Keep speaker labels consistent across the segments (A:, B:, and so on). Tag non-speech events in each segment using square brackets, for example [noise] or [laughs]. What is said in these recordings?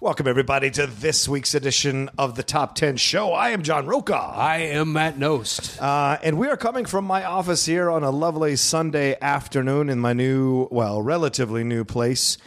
A: Welcome, everybody, to this week's edition of the Top 10 Show. I am John Roca.
B: I am Matt Nost.
A: Uh, and we are coming from my office here on a lovely Sunday afternoon in my new, well, relatively new place.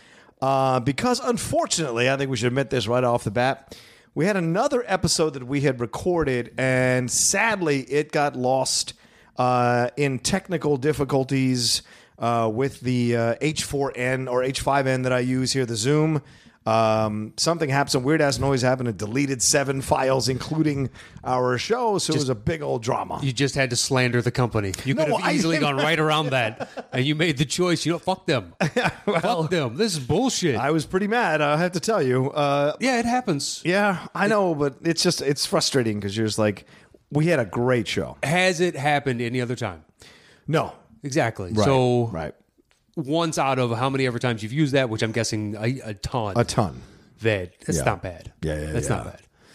A: Uh, because unfortunately, I think we should admit this right off the bat. We had another episode that we had recorded, and sadly, it got lost uh, in technical difficulties uh, with the uh, H4n or H5n that I use here, the Zoom. Um, something happened, some weird ass noise happened, and deleted seven files, including our show. So it was a big old drama.
B: You just had to slander the company. You could
A: No,
B: have
A: I
B: easily
A: didn't.
B: gone right around
A: [laughs]
B: that, and you made the choice. You know, fuck them. fuck them. This is bullshit.
A: I was pretty mad, I have to tell you. Uh,
B: yeah, it happens.
A: yeah, I know, but it's just it's frustrating because you're just like, we had a great show.
B: Has it happened any other time?
A: No,
B: Exactly.
A: Right,
B: so
A: right,
B: once out of how many ever times you've used that, which I'm guessing a, a ton.
A: a ton.
B: that that's
A: Yeah.
B: not bad.
A: Yeah, yeah,
B: that's
A: yeah.
B: not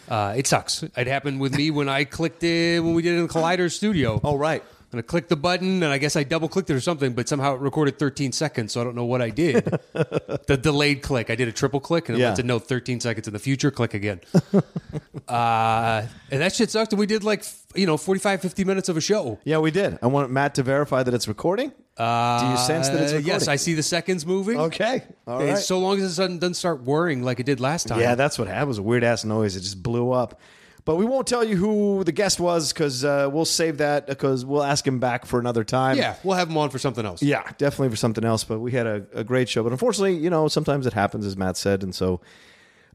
B: bad. Uh, it sucks. It happened with me when I clicked it when we did it in Collider Studio.
A: Oh, right.
B: And I clicked the button, and I guess I double clicked it or something, but somehow it recorded 13 seconds, so I don't know what
A: [laughs]
B: I did. the delayed click. I did a triple click, and it
A: Yeah.
B: went to no 13 seconds in the future. Click again. [laughs] uh, and that shit sucked. And we did like, f- you know, 45, 50 minutes of a show.
A: Yeah, we did. I want Matt to verify that it's recording. Uh, Do you sense that it's
B: Uh,
A: recording?
B: yes, I see the seconds moving.
A: Okay, all
B: And
A: right.
B: So long as it doesn't doesn't start whirring like it did last time.
A: yeah, that's what happened. It was a weird ass noise. It just blew up. But we won't tell you who the guest was because uh, we'll save that because we'll ask him back for another time.
B: yeah, we'll have them on for something else.
A: Yeah, definitely for something else. But we had a, a great show. But unfortunately, you know, sometimes it happens, as Matt said. And so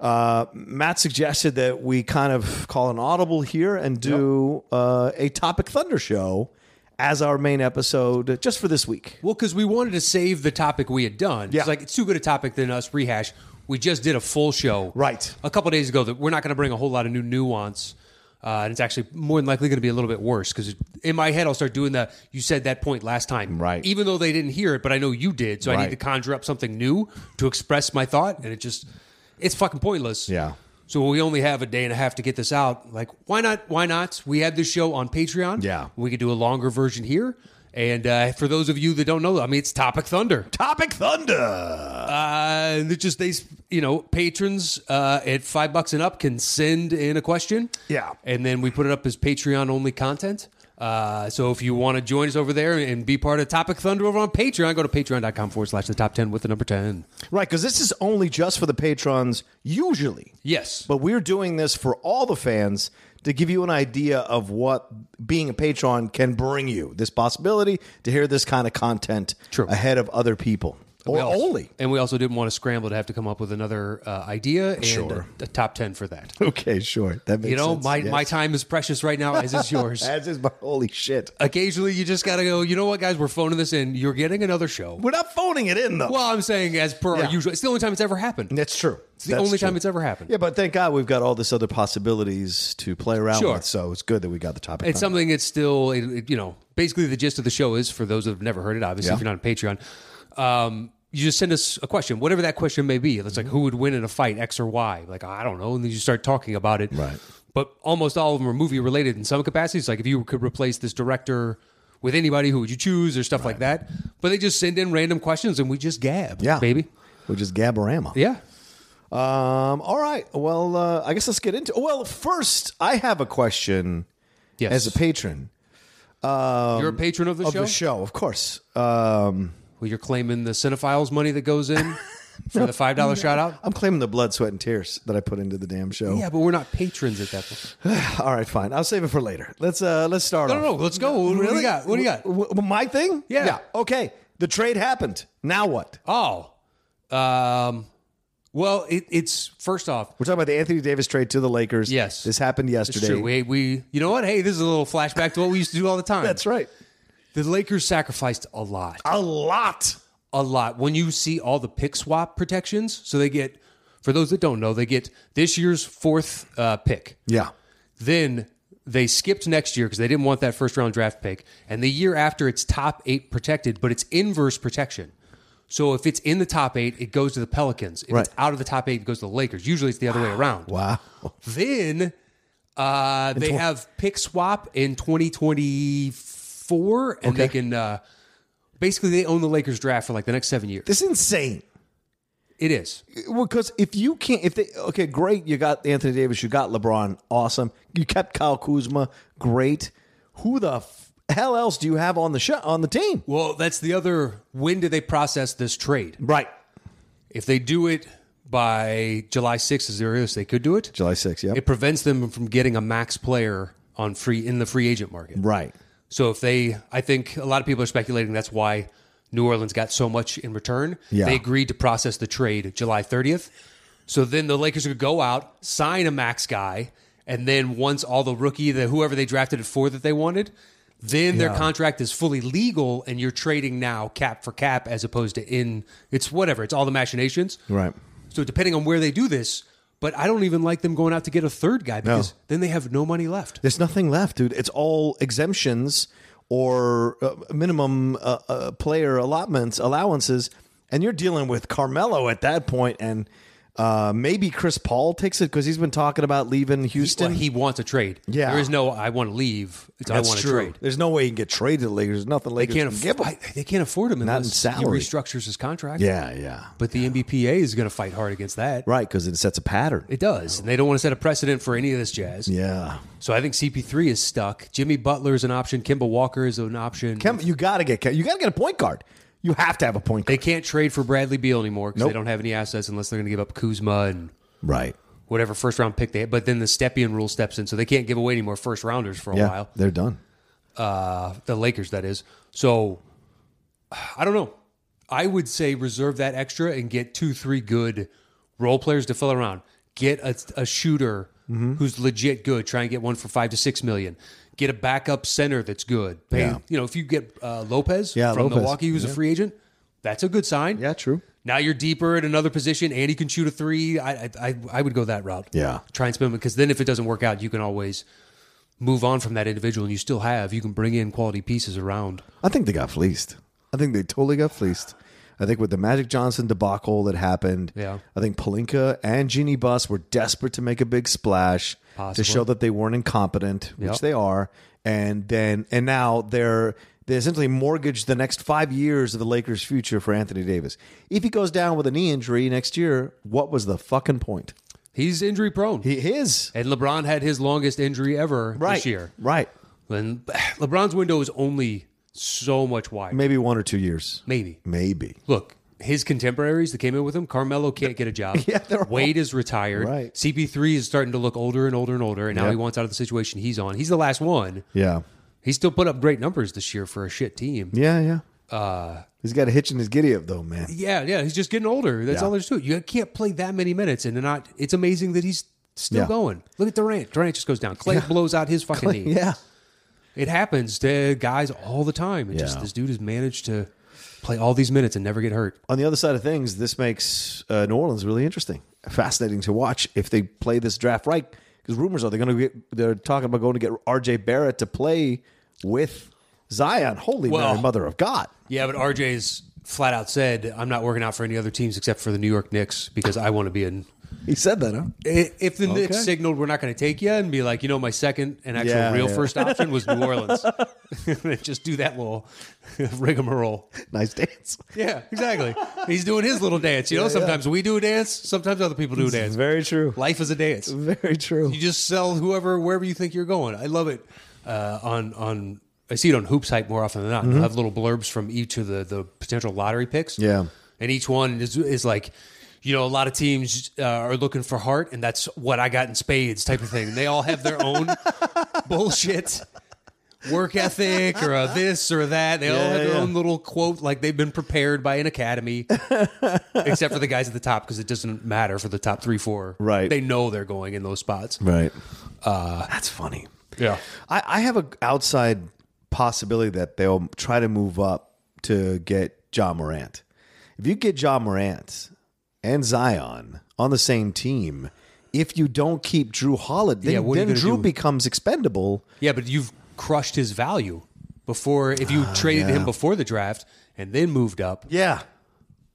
A: uh, Matt suggested that we kind of call an audible here and do uh, a Topic Thunder show as our main episode just for this week.
B: Well, because we wanted to save the topic we had done.
A: Yeah.
B: It's like it's too good a topic than us rehash. We just did a full show,
A: Right.
B: A couple days ago that we're not going to bring a whole lot of new nuance, uh, and it's actually more than likely going to be a little bit worse because in my head I'll start doing the you said that point last time,
A: Right.
B: Even though they didn't hear it, but I know you did, so I
A: Right.
B: need to conjure up something new to express my thought, and it just it's fucking pointless.
A: Yeah.
B: So we only have a day and a half to get this out. Like, why not? Why not? We had this show on Patreon.
A: Yeah.
B: we could do a longer version here. And uh, for those of you that don't know, I mean, it's Topic Thunder.
A: Topic Thunder.
B: Uh, and it's just they, you know, patrons uh, at five bucks and up can send in a question.
A: Yeah.
B: and then we put it up as Patreon only content. Uh, so if you want to join us over there and be part of Topic Thunder over on Patreon, go to patreon.com forward slash the top 10 with the number 10.
A: Right, because this is only just for the patrons, usually.
B: Yes.
A: But we're doing this for all the fans to give you an idea of what being a patron can bring you. This possibility to hear this kind of content
B: True.
A: ahead of other people. Or
B: We also-
A: only.
B: And we also didn't want to scramble to have to come up with another uh, idea and
A: Sure.
B: a, a top 10 for that.
A: [laughs] Okay, sure. That makes
B: You know,
A: sense.
B: my,
A: Yes.
B: my time is precious right
A: [laughs]
B: now, as is yours.
A: That's just my holy shit.
B: Occasionally, you just got to go, you know what, guys, we're phoning this in. You're getting another show.
A: We're not phoning it in though.
B: Well, I'm saying as per
A: Yeah.
B: our usual. It's the only time it's ever happened.
A: that's true. It's
B: the only time it's ever happened.
A: Yeah, but thank God we've got all this other possibilities to play around
B: Sure.
A: with. So it's good that we got the topic.
B: It's
A: on.
B: something that's still, it, it- you know, basically the gist of the show is for those who have never heard it, obviously,
A: Yeah.
B: if you're not on Patreon, um, you just send us a question, whatever that question may be. It's like
A: Mm-hmm.
B: who would win in a fight, X or Y? Like, I don't know. And then you start talking about it.
A: Right.
B: But almost all of them are movie related in some capacities. Like, if you could replace this director with anybody, who would you choose or stuff like that? But they just send in random questions and we just gab.
A: yeah,
B: Baby.
A: Which is Gabarama.
B: Yeah.
A: Um, all right. Well, uh, I guess let's get into. Well, first, I have a question
B: Yes.
A: as a patron
B: you're a patron of the
A: of
B: show?
A: the show, of course. Um,
B: Well, you're claiming the cinephiles money that goes
A: [laughs]
B: in for the five dollar shout out.
A: I'm claiming the blood, sweat, and tears that I put into the damn show.
B: Yeah, but we're not patrons at that point.
A: [laughs] All right, fine. I'll save it for later. Let's uh, let's start.
B: Oh, No, no, no.
A: off.
B: Let's go. What do you got? What do you got?
A: W- w- my thing?
B: Yeah.
A: Okay. The trade happened. Now what?
B: Oh, um, well, it, it's first off,
A: We're talking about the Anthony Davis trade to the Lakers.
B: Yes.
A: This happened
B: it's
A: yesterday.
B: true. We, we, you know what? Hey, this is a little flashback to what we used to do all the time.
A: That's right.
B: The Lakers sacrificed a lot.
A: A lot.
B: a lot when you see all the pick swap protections. So they get, for those that don't know, they get this year's fourth uh, pick.
A: Yeah.
B: Then they skipped next year because they didn't want that first round draft pick. And the year after, it's top eight protected, but it's inverse protection. So if it's in the top eight, it goes to the Pelicans. If
A: Right.
B: it's out of the top eight, it goes to the Lakers. Usually it's the other way around.
A: Wow.
B: Then uh, they have pick swap in 2024, and they can uh, basically they own the Lakers draft for like the next seven years.
A: This is insane.
B: It is.
A: Well, because if you can't, if they, okay, great, you got Anthony Davis, you got LeBron, awesome. You kept Kyle Kuzma, great. Who the f- hell else do you have on the sh- on the team?
B: Well, that's the other. When do they process this trade?
A: Right.
B: If they do it by July 6th, is the earliest they could do it.
A: July 6th, yeah.
B: It prevents them from getting a max player on free in the free agent market.
A: Right.
B: So if they, I think a lot of people are speculating that's why New Orleans got so much in return.
A: Yeah.
B: They agreed to process the trade July 30th. So then the Lakers could go out, sign a max guy, and then once all the rookie, the whoever they drafted it for that they wanted, then their contract is fully legal and you're trading now cap for cap as opposed to in it's whatever, it's all the machinations.
A: Right.
B: So depending on where they do this, but I don't even like them going out to get a third guy because then they have no money left.
A: There's nothing left, dude. It's all exemptions or uh, minimum uh, uh, player allotments, allowances, and you're dealing with Carmelo at that point, and uh, maybe Chris Paul takes it because he's been talking about leaving Houston.
B: Well, he wants a trade.
A: Yeah.
B: There is no I want to leave. It's I want to trade.
A: There's no way he can get traded. to The Lakers, There's nothing
B: They
A: Lakers
B: can't,
A: can
B: aff-
A: give him.
B: I- they can't afford him unless he
A: salary.
B: restructures his contract.
A: Yeah, yeah.
B: But the NBPA is going to fight hard against that.
A: Right, because it sets a pattern.
B: It does. And they don't want to set a precedent for any of this jazz.
A: yeah.
B: So I think CP3 is stuck. Jimmy Butler is an option. Kimba Walker is an option.
A: Kem, you got to get Kem, you got to get a point guard. You have to have a point
B: they
A: guard.
B: can't trade for Bradley Beal anymore because
A: Nope.
B: they don't have any assets unless they're going to give up Kuzma and
A: right.
B: whatever first round pick they have. But then the Stepien rule steps in, so they can't give away any more first rounders for a
A: Yeah.
B: while.
A: They're done.
B: uh, the Lakers, that is. So I don't know. I would say reserve that extra and get two, three good role players to fill around. Get a, a shooter
A: Mm-hmm.
B: who's legit good. Try and get one for five to six million. Get a backup center that's good. Pay,
A: Yeah.
B: You know, if you get uh, Lopez
A: Yeah,
B: from
A: Lopez.
B: Milwaukee, who's a free agent, that's a good sign.
A: Yeah, true.
B: Now you're deeper at another position, and he can shoot a three. I I, I, I would go that route.
A: Yeah.
B: try and spend because then if it doesn't work out, you can always move on from that individual, and you still have you can bring in quality pieces around.
A: I think they got fleeced. I think they totally got fleeced. I think with the Magic Johnson debacle that happened,
B: Yeah.
A: I think Palinka and Genie Bus were desperate to make a big splash
B: Possibly.
A: to show that they weren't incompetent, which
B: Yep.
A: they are. And then and now they're they essentially mortgaged the next five years of the Lakers' future for Anthony Davis. If he goes down with a knee injury next year, what was the fucking point?
B: He's injury prone,
A: He his
B: and LeBron had his longest injury ever
A: right
B: this year.
A: right?
B: And [sighs] LeBron's window is only so much wider,
A: Maybe one or two years,
B: maybe.
A: maybe.
B: Look. His contemporaries that came in with him, Carmelo can't get a job.
A: [laughs] Yeah, they're all-
B: Wade is retired.
A: Right.
B: CP3 is starting to look older and older and older, and now
A: Yep.
B: he wants out of the situation he's on. He's the last one.
A: Yeah,
B: He still put up great numbers this year for a shit team.
A: yeah, yeah.
B: Uh,
A: He's got a hitch in his giddy up though, man.
B: Yeah, yeah. He's just getting older. That's
A: Yeah.
B: all there's to it. You can't play that many minutes and not. It's amazing that he's still
A: Yeah.
B: going. Look at Durant. Durant just goes down. Clay blows out his fucking knee.
A: Yeah.
B: It happens to guys all the time. It just
A: Yeah.
B: this dude has managed to play all these minutes and never get hurt.
A: On the other side of things, this makes uh, New Orleans really interesting, fascinating to watch if they play this draft right. Because rumors are they're going to get they're talking about going to get R.J. Barrett to play with Zion. Holy
B: Well-
A: Mary, Mother of God!
B: Yeah, but RJ's flat out said, "I'm not working out for any other teams except for the New York Knicks because I want to be in."
A: He said that, huh? [laughs]
B: I- If the Knicks
A: Okay.
B: signaled we're not going to take you and be like, you know, my second and actual
A: Yeah,
B: real
A: yeah.
B: first option was New
A: [laughs]
B: Orleans, [laughs] just do that little [laughs] rigmarole.
A: Nice dance.
B: Yeah, exactly. He's doing his little dance. You know, sometimes we do a dance, sometimes other people do a dance.
A: Very true.
B: Life is a dance.
A: Very true.
B: You just sell whoever wherever you think you're going. I love it. Uh, on on I see it on Hoops Hype more often than not. They'll
A: Mm-hmm.
B: have little blurbs from each of the the potential lottery picks.
A: Yeah.
B: and each one is is like. You know, a lot of teams uh, are looking for heart, and that's what I got in spades, type of thing. They all have
A: [laughs]
B: their own bullshit work ethic or a this or that. They all
A: Yeah,
B: have their
A: yeah.
B: own little quote, like they've been prepared by
A: [laughs]
B: an academy, except for the guys at the top because it doesn't matter for the top three, four.
A: Right.
B: They know they're going in those spots.
A: Right. Uh, That's funny.
B: Yeah.
A: I, I have an outside possibility that they'll try to move up to get John Morant. If you get John Morant and Zion on the same team, if you don't keep Drew Holiday,
B: Yeah,
A: then,
B: what are you
A: then
B: gonna
A: Drew
B: do?
A: becomes expendable.
B: Yeah, but you've crushed his value before if you
A: Ah,
B: traded him before the draft and then moved up.
A: Yeah.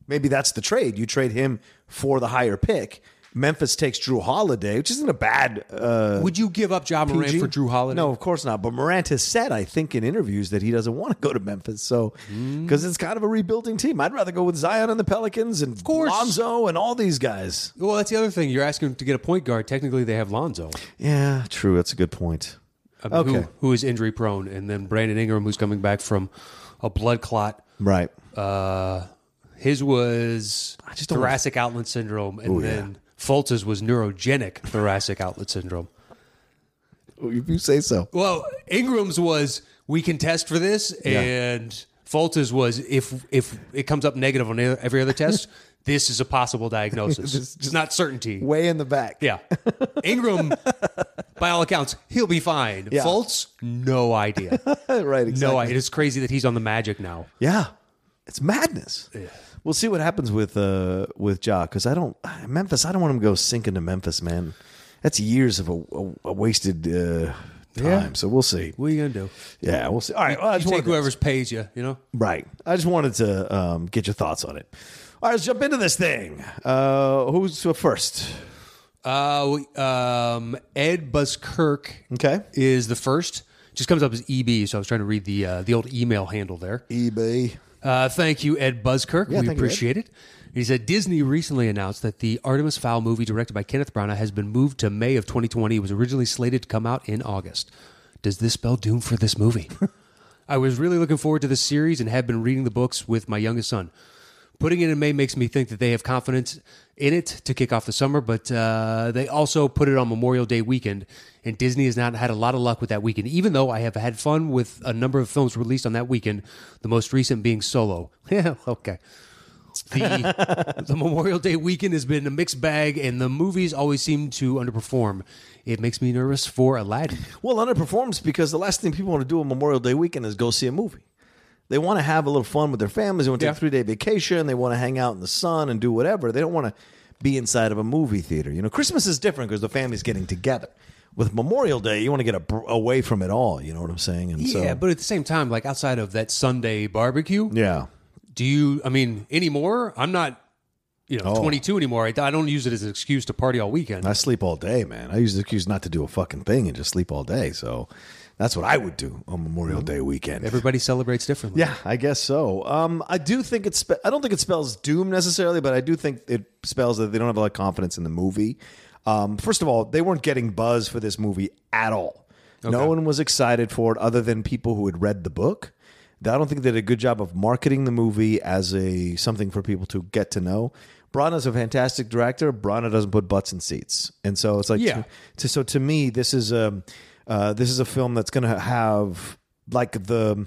A: Maybe that's the trade. You trade him for the higher pick. Memphis takes Drew Holiday, which isn't a bad uh,
B: Would you give up John Morant
A: PG.
B: for Drew Holiday?
A: No, of course not. But Morant has said, I think, in interviews that he doesn't want to go to Memphis. So, because it's kind of a rebuilding team, I'd rather go with Zion and the Pelicans and
B: course.
A: Lonzo and all these guys.
B: Well, that's the other thing. You're asking to get a point guard. Technically, they have Lonzo,
A: Yeah, true. That's a good point.
B: um, who,
A: Okay.
B: who is injury prone, and then Brandon Ingram, who's coming back from a blood clot.
A: Right.
B: Uh, his was
A: just don't-
B: thoracic outlet syndrome, and
A: yeah.
B: then Fultz's was neurogenic thoracic outlet syndrome.
A: If you say so.
B: Well, Ingram's was we can test for this, and Fultz's was if if it comes up negative on e-, every other [laughs] test, this is a possible diagnosis. it's not certainty.
A: Way in the back.
B: Yeah, Ingram, by all accounts, he'll be fine.
A: Yeah.
B: Fultz, no [laughs] idea.
A: [laughs] right. Exactly.
B: No, idea. it is crazy that he's on the Magic now.
A: Yeah, it's madness. We'll see what happens with uh with Ja because I don't Memphis. I don't want him to go sink into Memphis, man. That's years of a, a, a wasted uh, time. So we'll see.
B: What are you gonna do?
A: Yeah, we'll see. All right, well, I
B: You
A: just
B: take
A: wanted to-
B: whoever's pays you. You know.
A: Right. I just wanted to um, get your thoughts on it. All right, let's jump into this thing. Uh, who's first?
B: Uh, we- um, Ed Buskirk
A: Okay.
B: is the first. Just comes up as EB, so I was trying to read the uh, the old email handle there.
A: eBay.
B: Uh, thank you, Ed Buskirk. we
A: thank you, Ed.
B: appreciate it. He said Disney recently announced that the Artemis Fowl movie directed by Kenneth Branagh has been moved to May of 2020. It was originally slated to come out in August. Does this spell doom for this movie? [laughs] I was really looking forward to this series and have been reading the books with my youngest son. Putting it in May makes me think that they have confidence in it to kick off the summer, but uh, they also put it on Memorial Day weekend, and Disney has not had a lot of luck with that weekend. Even though I have had fun with a number of films released on that weekend, the most recent being Solo. [laughs] Yeah, okay. The, the Memorial Day weekend has been a mixed bag, and the movies always seem to underperform. It makes me nervous for Aladdin.
A: Well, underperforms because the last thing people want to do on Memorial Day weekend is go see a movie. They want to have a little fun with their families. They want to take
B: Yeah.
A: a three day vacation. They want to hang out in the sun and do whatever. They don't want to be inside of a movie theater. You know, Christmas is different because the family's getting together. With Memorial Day, you want to get a, away from it all. You know what I'm saying? And
B: Yeah,
A: so,
B: but at the same time, like outside of that Sunday barbecue,
A: yeah,
B: do you i mean anymore i'm not you know 22 anymore I, I don't use it as an excuse to party all weekend
A: Oh. I sleep all day, man. I use the excuse not to do a fucking thing and just sleep all day. So that's what I would do on Memorial Day weekend.
B: everybody celebrates differently
A: Yeah, I guess so. Um, I do think it. Spe- I don't think it spells doom necessarily, but I do think it spells that they don't have a lot of confidence in the movie. Um, first of all, they weren't getting buzz for this movie at all. No one was excited for it other than people who had read the book. I don't think they did a good job of marketing the movie as a something for people to get to know. Brana's a fantastic director. Brana doesn't put butts in seats, and so it's like
B: Yeah.
A: to, so to me, this is um uh, this is a film that's going to have like the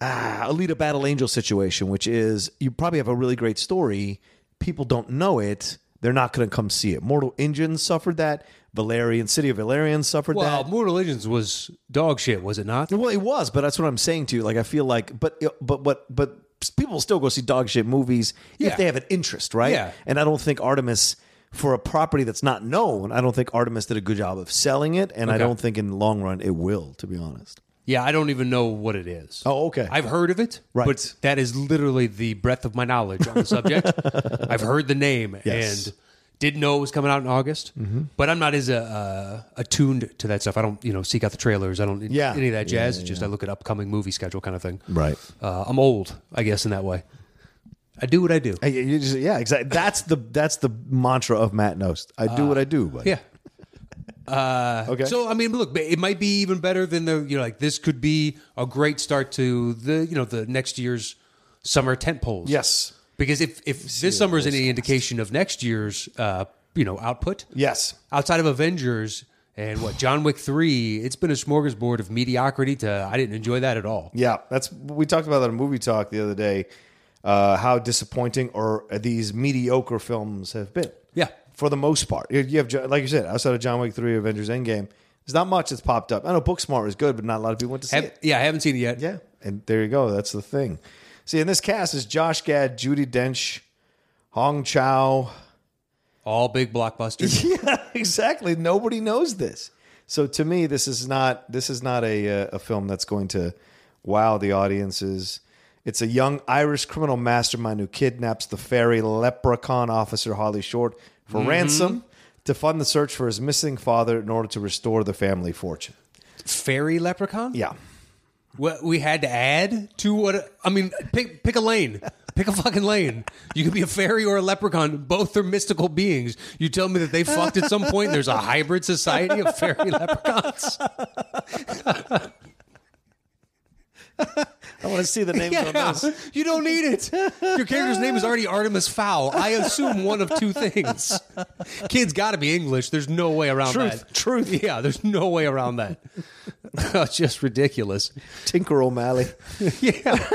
A: ah, Alita Battle Angel situation, which is you probably have a really great story. People don't know it. They're not going to come see it. Mortal Engines suffered that. Valerian City of Valerian suffered
B: well
A: that.
B: mortal engines was dog shit was it not
A: Well, it was, but that's what I'm saying to you. Like, I feel like, but, but, but, but people still go see dog shit movies
B: Yeah.
A: if they have an interest, right?
B: Yeah.
A: And I don't think Artemis, for a property that's not known, I don't think Artemis did a good job of selling it. And I
B: Okay.
A: don't think in the long run it will, to be honest.
B: yeah i don't even know what it is
A: Oh, okay.
B: i've heard of it
A: Right.
B: but that is literally the breadth of my knowledge on the
A: [laughs]
B: subject i've heard the name
A: Yes. Mm-hmm.
B: and didn't know it was coming out in August, but I'm not as uh, attuned to that stuff. I don't, you know, seek out the trailers. I don't
A: Yeah.
B: any of that jazz. it's just I look at upcoming movie schedule kind of thing.
A: Right.
B: Uh, I'm old, I guess, in that way. I do what I do.
A: Hey, you- you just- yeah, exactly. That's the that's the mantra of Matt Nost. I do what I do, buddy.
B: Yeah. Uh,
A: Okay.
B: So I mean, look, it might be even better than the you know like this could be a great start to the you know the next year's summer tent poles.
A: Yes.
B: Because if if this summer is any indication of next year's uh, you know output,
A: Yes.
B: outside of Avengers and what John Wick three, it's been a smorgasbord of mediocrity. To I didn't enjoy that at all.
A: Yeah. That's we talked about that in movie talk the other day. Uh, how disappointing or these mediocre films have been.
B: Yeah.
A: For the most part, you you have Jo- like you said, outside of John Wick three, Avengers Endgame, There's not much that's popped up. I know Booksmart is good, but not a lot of people went to see
B: Have-
A: it.
B: yeah, I haven't seen it yet.
A: Yeah, and there you go. That's the thing. See, in this cast is Josh Gad, Judy Dench, Hong Chow.
B: All big blockbusters.
A: [laughs] Yeah, exactly. Nobody knows this. So to me, this is not this is not a uh, a film that's going to wow the audiences. It's a young Irish criminal mastermind who kidnaps the fairy leprechaun officer Holly Short for ransom to fund the search for his missing father in order to restore the family fortune.
B: Fairy leprechaun.
A: Yeah.
B: What we had to add to what? I mean, pick pick a lane. Pick a fucking lane. You could be a fairy or a leprechaun. Both are mystical beings. You tell me that they fucked at some point. There's a hybrid society of fairy [laughs] leprechauns.
A: I want to see the [laughs] names on
B: Yeah,
A: those.
B: [laughs] you don't need it. Your character's name is already Artemis Fowl. I assume one of two things. Kid's got to be English. There's no way around
A: Truth,
B: that. Truth. [laughs] Yeah, there's no way around that. It's [laughs] just ridiculous.
A: Tinker O'Malley.
B: [laughs] Yeah.
A: [laughs]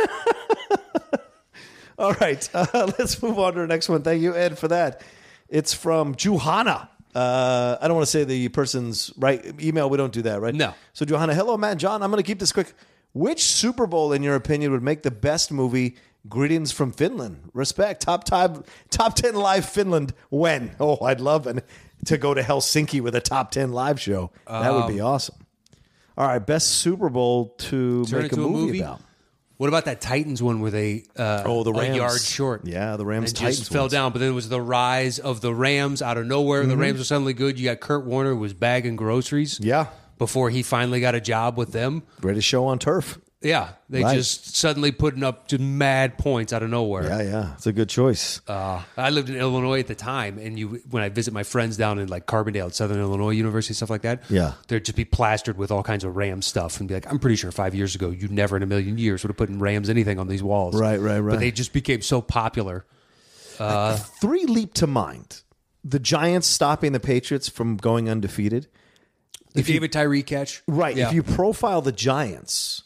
A: All right, uh, [laughs] let's move on to the next one. Thank you, Ed, for that. It's from Johanna. Uh, I don't want to say the person's right email. We don't do that, right?
B: No.
A: So, Johanna, hello, Matt, and John. I'm going to keep this quick. Which Super Bowl, in your opinion, would make the best movie? Greetings from Finland. Respect. Top five, top ten live Finland. When? Oh, I'd love an, to go to Helsinki with a top ten live show. That would
B: Um,
A: be awesome. All right, best Super Bowl to
B: Turn
A: make
B: it to
A: a movie, about.
B: What about that Titans one where they uh,
A: Oh, the Rams.
B: a yard short?
A: Yeah, the Rams.
B: And just
A: Titans
B: fell
A: ones. Mm-hmm.
B: down, but then it was the rise of the Rams out of nowhere. The Rams were suddenly good. You got Kurt Warner was bagging groceries.
A: Yeah.
B: Before he finally got a job with them.
A: Greatest show on turf.
B: Yeah, they
A: Right.
B: just suddenly putting up to mad points out of nowhere.
A: Yeah, yeah, it's a good choice.
B: Uh, I lived in Illinois at the time, and you when I visit my friends down in like Carbondale, at Southern Illinois University, stuff like that.
A: Yeah.
B: they'd just be plastered with all kinds of Ram stuff, and be like, "I'm pretty sure five years ago, you never in a million years would have put in Rams anything on these walls."
A: Right, right, right.
B: But they just became so popular.
A: Three leap to mind: the Giants stopping the Patriots from going undefeated.
B: The David Tyree catch,
A: Right.
B: Yeah.
A: If you profile the Giants,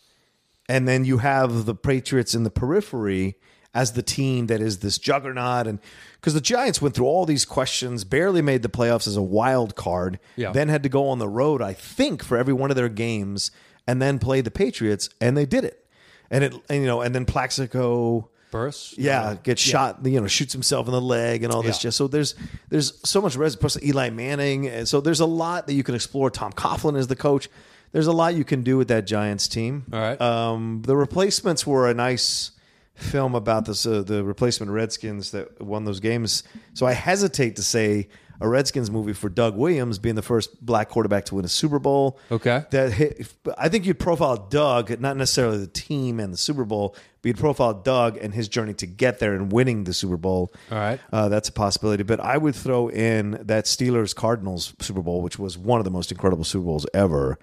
A: and then you have the Patriots in the periphery as the team that is this juggernaut, and because the Giants went through all these questions, barely made the playoffs as a wild card,
B: Yeah.
A: then had to go on the road, I think, for every one of their games, and then play the Patriots, and they did it, and it, and, you know, and then Plaxico.
B: Burris,
A: Yeah, gets shot. You know, shoots himself in the leg and all this.
B: Yeah.
A: Just so there's there's so much res. Plus Eli Manning. And so there's a lot that you can explore. Tom Coughlin is the coach. There's a lot you can do with that Giants team.
B: All right.
A: Um, the replacements were a nice film about this uh, the replacement Redskins that won those games. So I hesitate to say a Redskins movie for Doug Williams being the first black quarterback to win a Super Bowl.
B: Okay.
A: That hit, I think you'd profile Doug, not necessarily the team and the Super Bowl, but you'd profile Doug and his journey to get there and winning the Super Bowl.
B: All right.
A: Uh, that's a possibility. But I would throw in that Steelers Cardinals Super Bowl, which was one of the most incredible Super Bowls ever.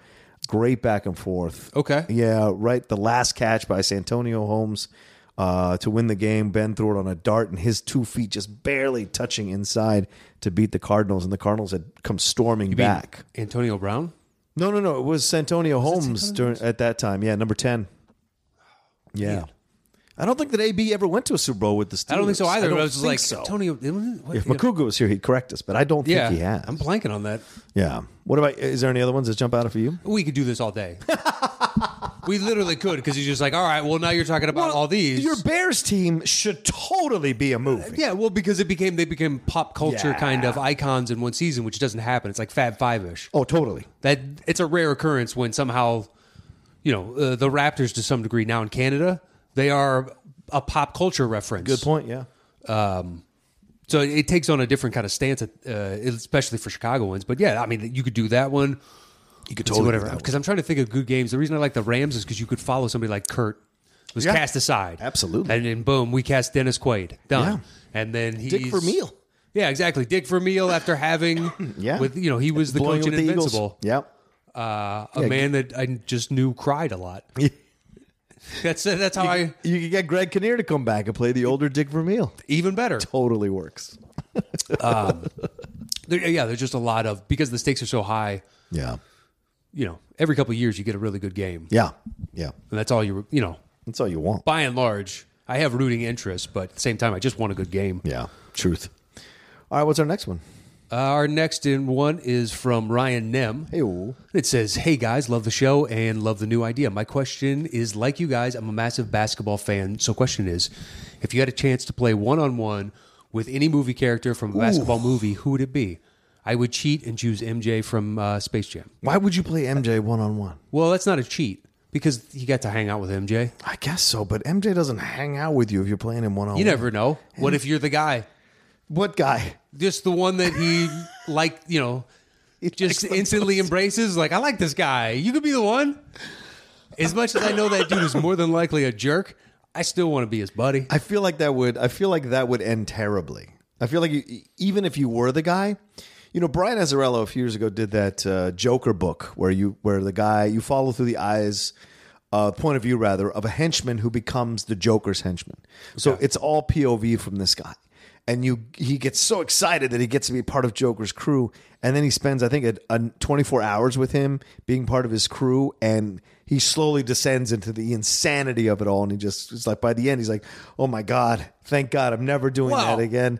A: Great back and forth.
B: Okay.
A: Yeah, right. The last catch by Santonio Holmes uh, to win the game. Ben threw it on a dart, and his two feet just barely touching inside to beat the Cardinals, and the Cardinals had come storming back.
B: Antonio Brown.
A: No, no, no. It was Santonio Holmes during at that time. Yeah, number ten. Yeah. I don't think that AB ever went to a Super Bowl with the Steelers.
B: I don't think so either.
A: I
B: but
A: don't
B: I was just
A: think
B: like
A: so.
B: Antonio. What,
A: If Makuga was here, he'd correct us, but I don't think
B: yeah,
A: he has.
B: I'm blanking on that.
A: yeah. What about? Is there any other ones that jump out for you?
B: We could do this all day. [laughs] we literally could because he's just like, all right, well, now you're talking about all these.
A: Your Bears team should totally be a movie.
B: yeah, well, because it became they became pop culture
A: Yeah.
B: kind of icons in one season, which doesn't happen. It's like Fab Five ish.
A: Oh, totally.
B: That it's a rare occurrence when somehow, you know, uh, the Raptors to some degree now in Canada they are a pop culture reference.
A: Good point. Yeah.
B: So it takes on a different kind of stance, uh, especially for Chicago ones. But yeah, I mean, you could do that one.
A: You could
B: See, whatever. Because I'm trying to think of good games. The reason I like the Rams is because you could follow somebody like Kurt was
A: Yeah.
B: cast aside,
A: Absolutely.
B: and then boom, we cast Dennis Quaid. Done. And then he's
A: Dick Vermeil.
B: Yeah, exactly. Dick Vermeil after having
A: [coughs] Yeah.
B: with you know he was the
A: Blowing
B: coach in
A: with the Eagles.
B: Invincible,
A: Yep.
B: uh, a man that I just knew cried
A: [laughs]
B: a lot. that's that's how I
A: You could get Greg Kinnear to come back and play the older Dick Vermeil.
B: even better.
A: Totally works.
B: There, yeah, there's just a lot of because the stakes are so high.
A: Yeah.
B: You know, every couple of years you get a really good game,
A: Yeah. Yeah.
B: and that's all you you know.
A: That's all you want.
B: By and large, I have rooting interest, but at the same time, I just want a good game. Uh,
A: Yeah, truth. All right, what's our next one?
B: Our next in one is from Ryan Nem.
C: Hey-o.
B: It says, Hey guys, love the show and love the new idea. My question is like you guys, I'm a massive basketball fan. So, question is if you had a chance to play one on one with any movie character from a basketball movie, who would it be? I would cheat and choose MJ from uh, Space Jam.
A: Why would you play MJ one on one?
B: Well, that's not a cheat because he got to hang out with MJ.
A: I guess so, but MJ doesn't hang out with you if you're playing him one on one.
B: You never know. What if you're the guy?
A: What guy?
B: Just the one that he like, you
A: [laughs]
B: know, just instantly embraces. Like, I like this guy. You could be the one. As much as I know that dude is more than likely a jerk, I still want to be his buddy.
A: I feel like that would I feel like that would end terribly. I feel like you, e, even if you were the guy, you know, Brian Azzarello a few years ago did that uh, Joker book where you where the guy you follow through the eyes, uh, point of view rather of a henchman who becomes the Joker's henchman. So it's all POV from this guy, and you he gets so excited that he gets to be part of Joker's crew, and then he spends I think a, a 24 hours with him being part of his crew and he slowly descends into the insanity of it all and he just it's like by the end he's like oh my god thank god i'm never doing
B: Wow.
A: that again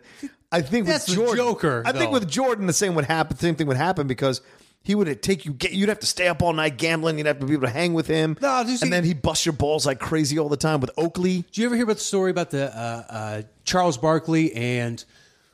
A: i think
B: That's the
A: with jordan
B: Joker,
A: i think
B: though.
A: with jordan the same would happen same thing would happen because he would take you get you'd have to stay up all night gambling you'd have to be able to hang with him
B: No,
A: and
B: just-
A: then he busts your balls like crazy all the time with oakley
B: Do you ever hear about the story about the uh, uh, Charles Barkley and [sighs]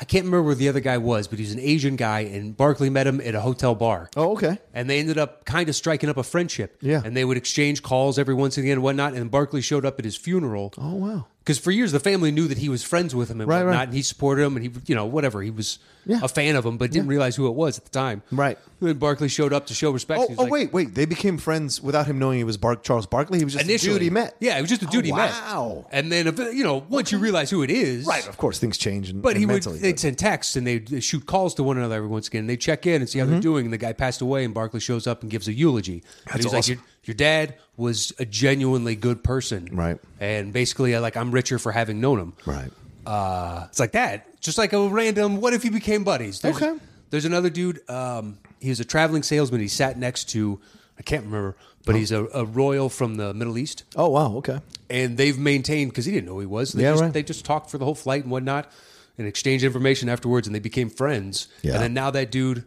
B: I can't remember where the other guy was, but he was an Asian guy, and Barkley met him at a hotel bar.
A: oh okay
B: and they ended up kind of striking up a friendship.
A: Yeah.
B: And they would exchange calls every once in a while and whatnot. And Barkley showed up at his funeral.
A: oh wow
B: Because for years the family knew that he was friends with him and
A: Right,
B: whatnot,
A: right.
B: and he supported him, and he, you know, whatever. He was
A: Yeah.
B: a fan of him, but didn't realize who it was at the time.
A: Right.
B: And then Barkley showed up to show respect.
A: Oh,
B: He was
A: oh
B: like-
A: wait, wait! They became friends without him knowing he was Bar- Charles Barkley. He was just
B: Initially,
A: a dude he met. Oh,
B: Yeah, it was just a dude he met.
A: wow.
B: And then, you know, once you realize who it is,
A: right. Of course, things change. And,
B: But
A: and
B: he
A: mentally,
B: would
A: but-
B: they'd send texts and they'd shoot calls to one another every once again. And they check in and see how
A: Mm-hmm.
B: they're doing. And the guy passed away, and Barkley shows up and gives a eulogy. and
A: That's
B: he's like,
A: awesome.
B: your, "Your dad was a genuinely good person,
A: Right.
B: And basically, like I'm richer for having known him,
A: Right.
B: Uh, it's like that, just like a random. What if you became buddies? There's,
A: Okay.
B: There's another dude. Um, he was a traveling salesman. He sat next to I can't remember, but he's a, a royal from the Middle East
A: Oh wow. Okay.
B: and they've maintained because he didn't know who he was. They
A: Yeah,
B: just,
A: right.
B: They just talked for the whole flight and whatnot, and exchanged information afterwards, and they became friends.
A: Yeah.
B: And then now that dude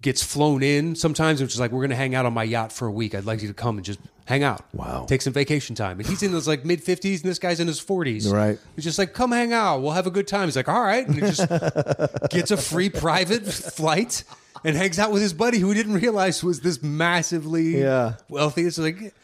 B: gets flown in sometimes, which is like, we're going to hang out on my yacht for a week. I'd like you to come and just hang out.
A: Wow.
B: Take some vacation time. And he's in his like mid fifties, and this guy's in his forties.
A: Right.
B: He's just like, come hang out. We'll have a good time. He's like, all right, and he just gets a free private flight. And hangs out with his buddy who he didn't realize was this massively
A: Yeah.
B: wealthy. It's like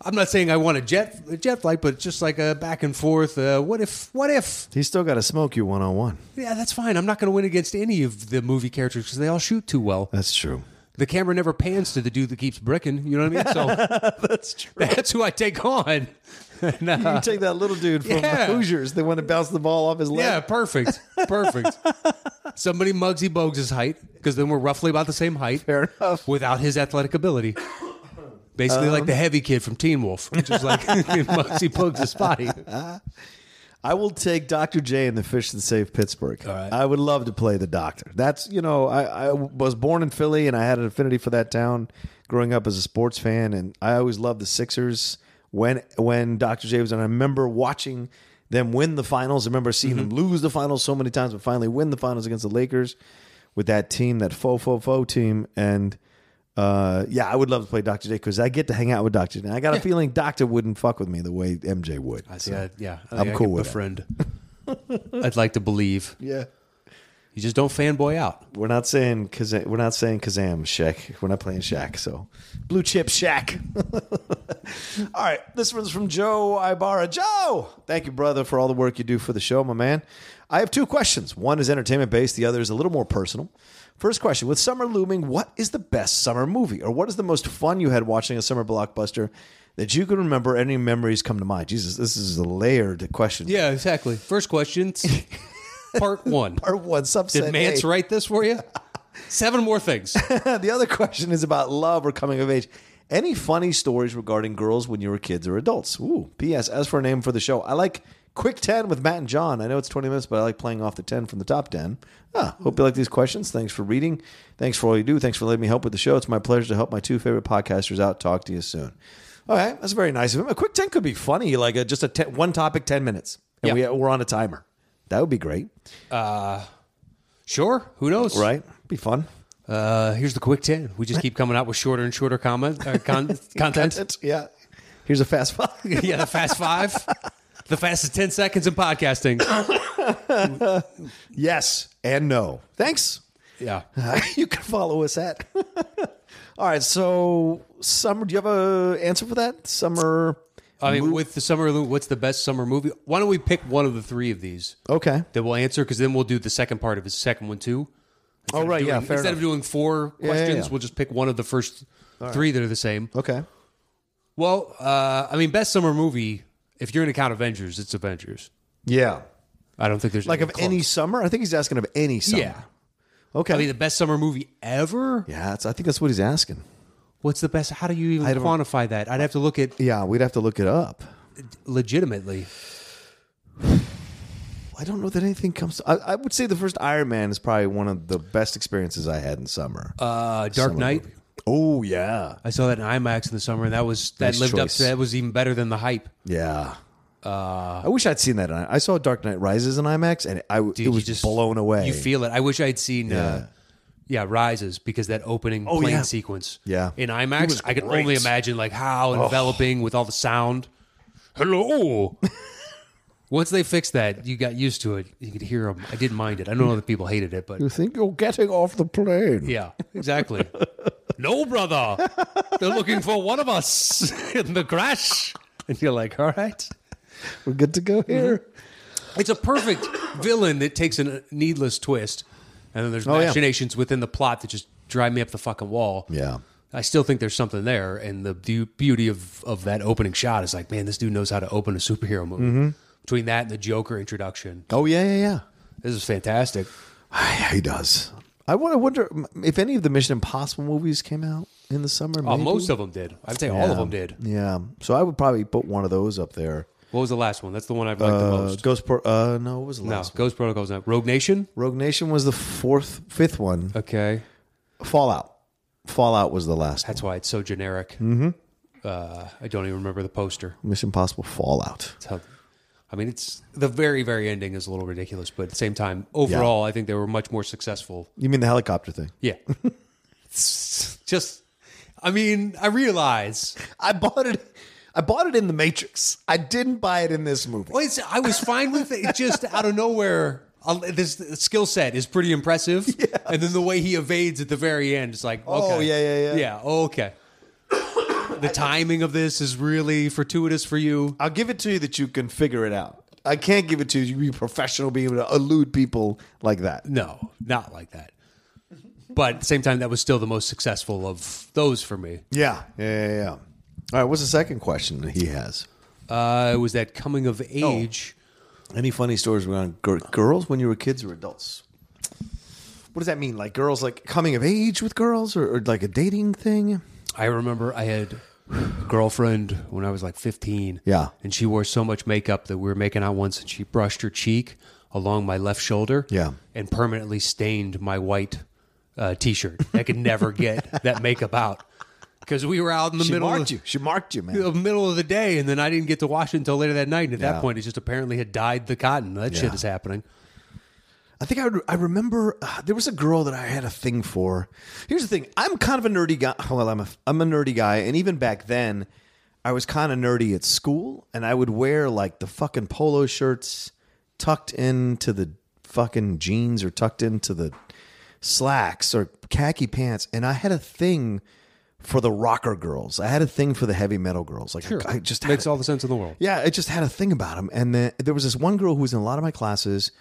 B: I'm not saying I want a jet a jet flight, but just like a back and forth. Uh, what if? What if?
A: He's still got to smoke you one on one.
B: Yeah, that's fine. I'm not going to win against any of the movie characters because they all shoot too well.
A: That's true.
B: The camera never pans to the dude that keeps bricking. You know what I mean? So
A: [laughs] That's true.
B: that's who I take on. [laughs] And, uh, [laughs]
A: You take that little dude from
B: Yeah.
A: the Hoosiers. They want to bounce the ball off his leg.
B: yeah, perfect, perfect.
A: [laughs]
B: Somebody Muggsy Bogues' height because then we're roughly about the same height.
A: Fair enough. Um,
B: Without his athletic ability. Basically, like the heavy kid from Teen Wolf, which is like [laughs] Muggsy Bogues' body.
A: I will take Dr. J and the Fish that Saved Pittsburgh. I would love to play the doctor. That's, you know, I, I was born in Philly and I had an affinity for that town growing up as a sports fan. And I always loved the Sixers when when Dr. J was on. I remember watching them win the finals. I remember seeing
B: Mm-hmm.
A: them lose the finals so many times, but finally win the finals against the Lakers with that team, that faux, faux, faux team. And uh, yeah, I would love to play Dr. J because I get to hang out with Dr. J. And I got a feeling Doctor wouldn't fuck with me the way MJ would.
B: I see. I- yeah, I
A: I'm
B: think I
A: cool
B: could
A: with it.
B: befriend. [laughs] I'd like to believe
A: Yeah.
B: you just don't fanboy out.
A: We're not saying Kazam. We're not saying Kazam, Shaq. We're not playing Shaq. So, blue chip Shaq. [laughs] all right, this one's from Joe Ibarra. Joe, thank you, brother, for all the work you do for the show, my man. I have two questions. One is entertainment based. The other is a little more personal. First question: With summer looming, what is the best summer movie, or what is the most fun you had watching a summer blockbuster that you can remember? Any memories come to mind? Jesus, this is a layered question.
B: Yeah, exactly. First question,
A: [laughs]
B: part one.
A: Or one subset.
B: Did Mance
A: A.
B: write this
A: [laughs]
B: for you? Seven more things.
A: the other question is about love or coming of age. Any funny stories regarding girls when you were kids or adults? Ooh. P.S. As for a name for the show, I like Quick 10 with Matt and John. I know it's 20 minutes, but I like playing off the 10 from the top 10. Ah, hope you like these questions. Thanks for reading. Thanks for all you do. Thanks for letting me help with the show. It's my pleasure to help my two favorite podcasters out. Talk to you soon. All right. That's very nice of him. A Quick 10 could be funny, like a, just a 10, one topic, 10 minutes. And
B: Yeah.
A: we, we're on a timer. That would be great.
B: Sure. Who knows?
A: right? Be fun.
B: Uh, here's the quick 10. We just keep coming out with shorter and shorter
A: [laughs]
B: comment, uh, con- content.
A: That's- yeah. Here's a fast [laughs] five.
B: yeah, the fast five. The fastest 10 seconds in podcasting.
A: [coughs] yes and no. Thanks.
B: yeah.
A: [laughs] you can follow us at. [laughs] All right. So summer. Do you have a answer for that? Summer.
B: I mean, with the summer, what's the best summer movie? Why don't we pick one of the three of these
A: Okay.
B: that we'll answer? Because then we'll do the second part of his second one, too.
A: Oh right.
B: Doing-
A: Yeah. Fair
B: instead
A: enough.
B: of doing four questions,
A: yeah.
B: we'll just pick one of the first three that are the same.
A: okay.
B: Well, uh, I mean, best summer movie, if you're going to count Avengers, it's Avengers.
A: Yeah.
B: I don't think there's
A: Like of
B: close.
A: any summer. I think he's asking of any summer.
B: Yeah.
A: Okay.
B: I mean, the best summer movie ever?
A: yeah. That's, I think that's what he's asking.
B: What's the best? How do you even quantify that? I'd have to look at
A: Yeah. We'd have to look it up.
B: legitimately.
A: I don't know that anything comes. To, I, I would say the first Iron Man is probably one of the best experiences I had in summer.
B: Uh, Dark Knight.
A: oh yeah,
B: I saw that in IMAX in the summer, and that was that
A: Nice
B: lived up
A: choice.
B: to that was even better than the hype.
A: yeah.
B: Uh,
A: I wish I'd seen that. in I I saw Dark Knight Rises in IMAX, and I w- it
B: you
A: was just blown away.
B: You feel it. I wish I'd seen. Uh, yeah, rises because that opening plane
A: Oh, yeah.
B: sequence.
A: Yeah.
B: in
A: It was
B: IMAX, I can only
A: great. Oh.
B: imagine like how enveloping with all the sound.
A: [laughs]
B: Hello. Once they fixed that, you got used to it. You could hear them. I didn't mind it. I don't know that people hated it, but
A: You think you're getting off the plane?
B: Yeah,
A: [laughs]
B: exactly. no, brother. They're looking for one of us [laughs] in the crash. And you're like, all right.
A: We're good to
B: Mm-hmm.
A: go here.
B: It's a perfect [coughs] villain that takes a needless twist. And then there's
A: Oh, yeah.
B: machinations within the plot that just drive me up the fucking wall.
A: Yeah.
B: I still think there's something there. And the bu- beauty of, of that opening shot is like, man, this dude knows how to open a superhero movie.
A: Mm-hmm.
B: Between that and the Joker introduction,
A: Oh yeah, yeah,
B: this is fantastic.
A: yeah. He does. I want to wonder if any of the Mission Impossible movies came out in the summer.
B: Oh,
A: maybe?
B: most of them did. I'd say all of
A: Yeah.
B: them did.
A: Yeah. So I would probably put one of those up there.
B: What was the last one? That's the one I've liked the
A: Uh,
B: most.
A: Ghost. Pro- uh, no, what was the
B: No,
A: last?
B: Ghost Protocol's not. Rogue Nation?
A: one? Rogue Nation was the fourth, fifth one.
B: Okay.
A: Fallout. Fallout was the last.
B: That's why it's so generic. Mm-hmm. Uh, I don't even remember the poster.
A: one. Mission Impossible Fallout.
B: It's how- I mean, it's the very, very ending is a little ridiculous, but at the same time, overall, I think they were much more successful.
A: You mean the helicopter thing? [laughs]
B: Yeah. It's just, I mean, I realize.
A: I bought it. I bought it in the Matrix. I didn't buy it in this movie.
B: Well, it's, I was fine with it. It Just out of nowhere, i this skill set is pretty impressive.
A: [laughs]
B: And then the way he evades at the very end, it's like,
A: Oh,
B: okay.
A: yeah, yeah, yeah.
B: Yeah,
A: [coughs]
B: okay. The timing of this is really fortuitous for you.
A: I'll give it to you that you can figure it out. I can't give it to you. You be professional, being able to elude people like that.
B: No, not like that. But at the same time, that was still the most successful of those for me.
A: Yeah, yeah, yeah. yeah. All right. What's the second question that he has?
B: Uh, it was that coming
A: Oh.
B: of age.
A: Any funny stories around gir- girls when you were kids or adults? What does that mean? Like girls, like coming of age with girls, or, or like a dating thing?
B: I remember I had a girlfriend when I was like 15.
A: Yeah.
B: And she wore so much makeup that we were making out once and she brushed her cheek along my left shoulder.
A: Yeah.
B: And permanently stained my white uh, t shirt. I could
A: [laughs]
B: never get that makeup out because we were out in the
A: She
B: middle.
A: marked
B: of,
A: you. She marked you, man.
B: the middle of the day, and then I didn't get to wash it until later that night. And at
A: Yeah.
B: that point, it just apparently had dyed the cotton. That
A: Yeah.
B: shit is happening.
A: I think I, would- I remember uh, there was a girl that I had a thing for. Here's the thing: I'm kind of a nerdy guy. [laughs] Well, I'm a I'm a nerdy guy, and even back then, I was kind of nerdy at school, and I would wear like the fucking polo shirts tucked into the fucking jeans or tucked into the slacks or khaki pants, and I had a thing for the rocker girls. I had a thing for the heavy metal girls. Like I, I just had
B: makes
A: a-
B: all the sense in
A: [laughs]
B: the world.
A: yeah, I just had a thing about him. And then there was this one girl who was in a lot of my classes.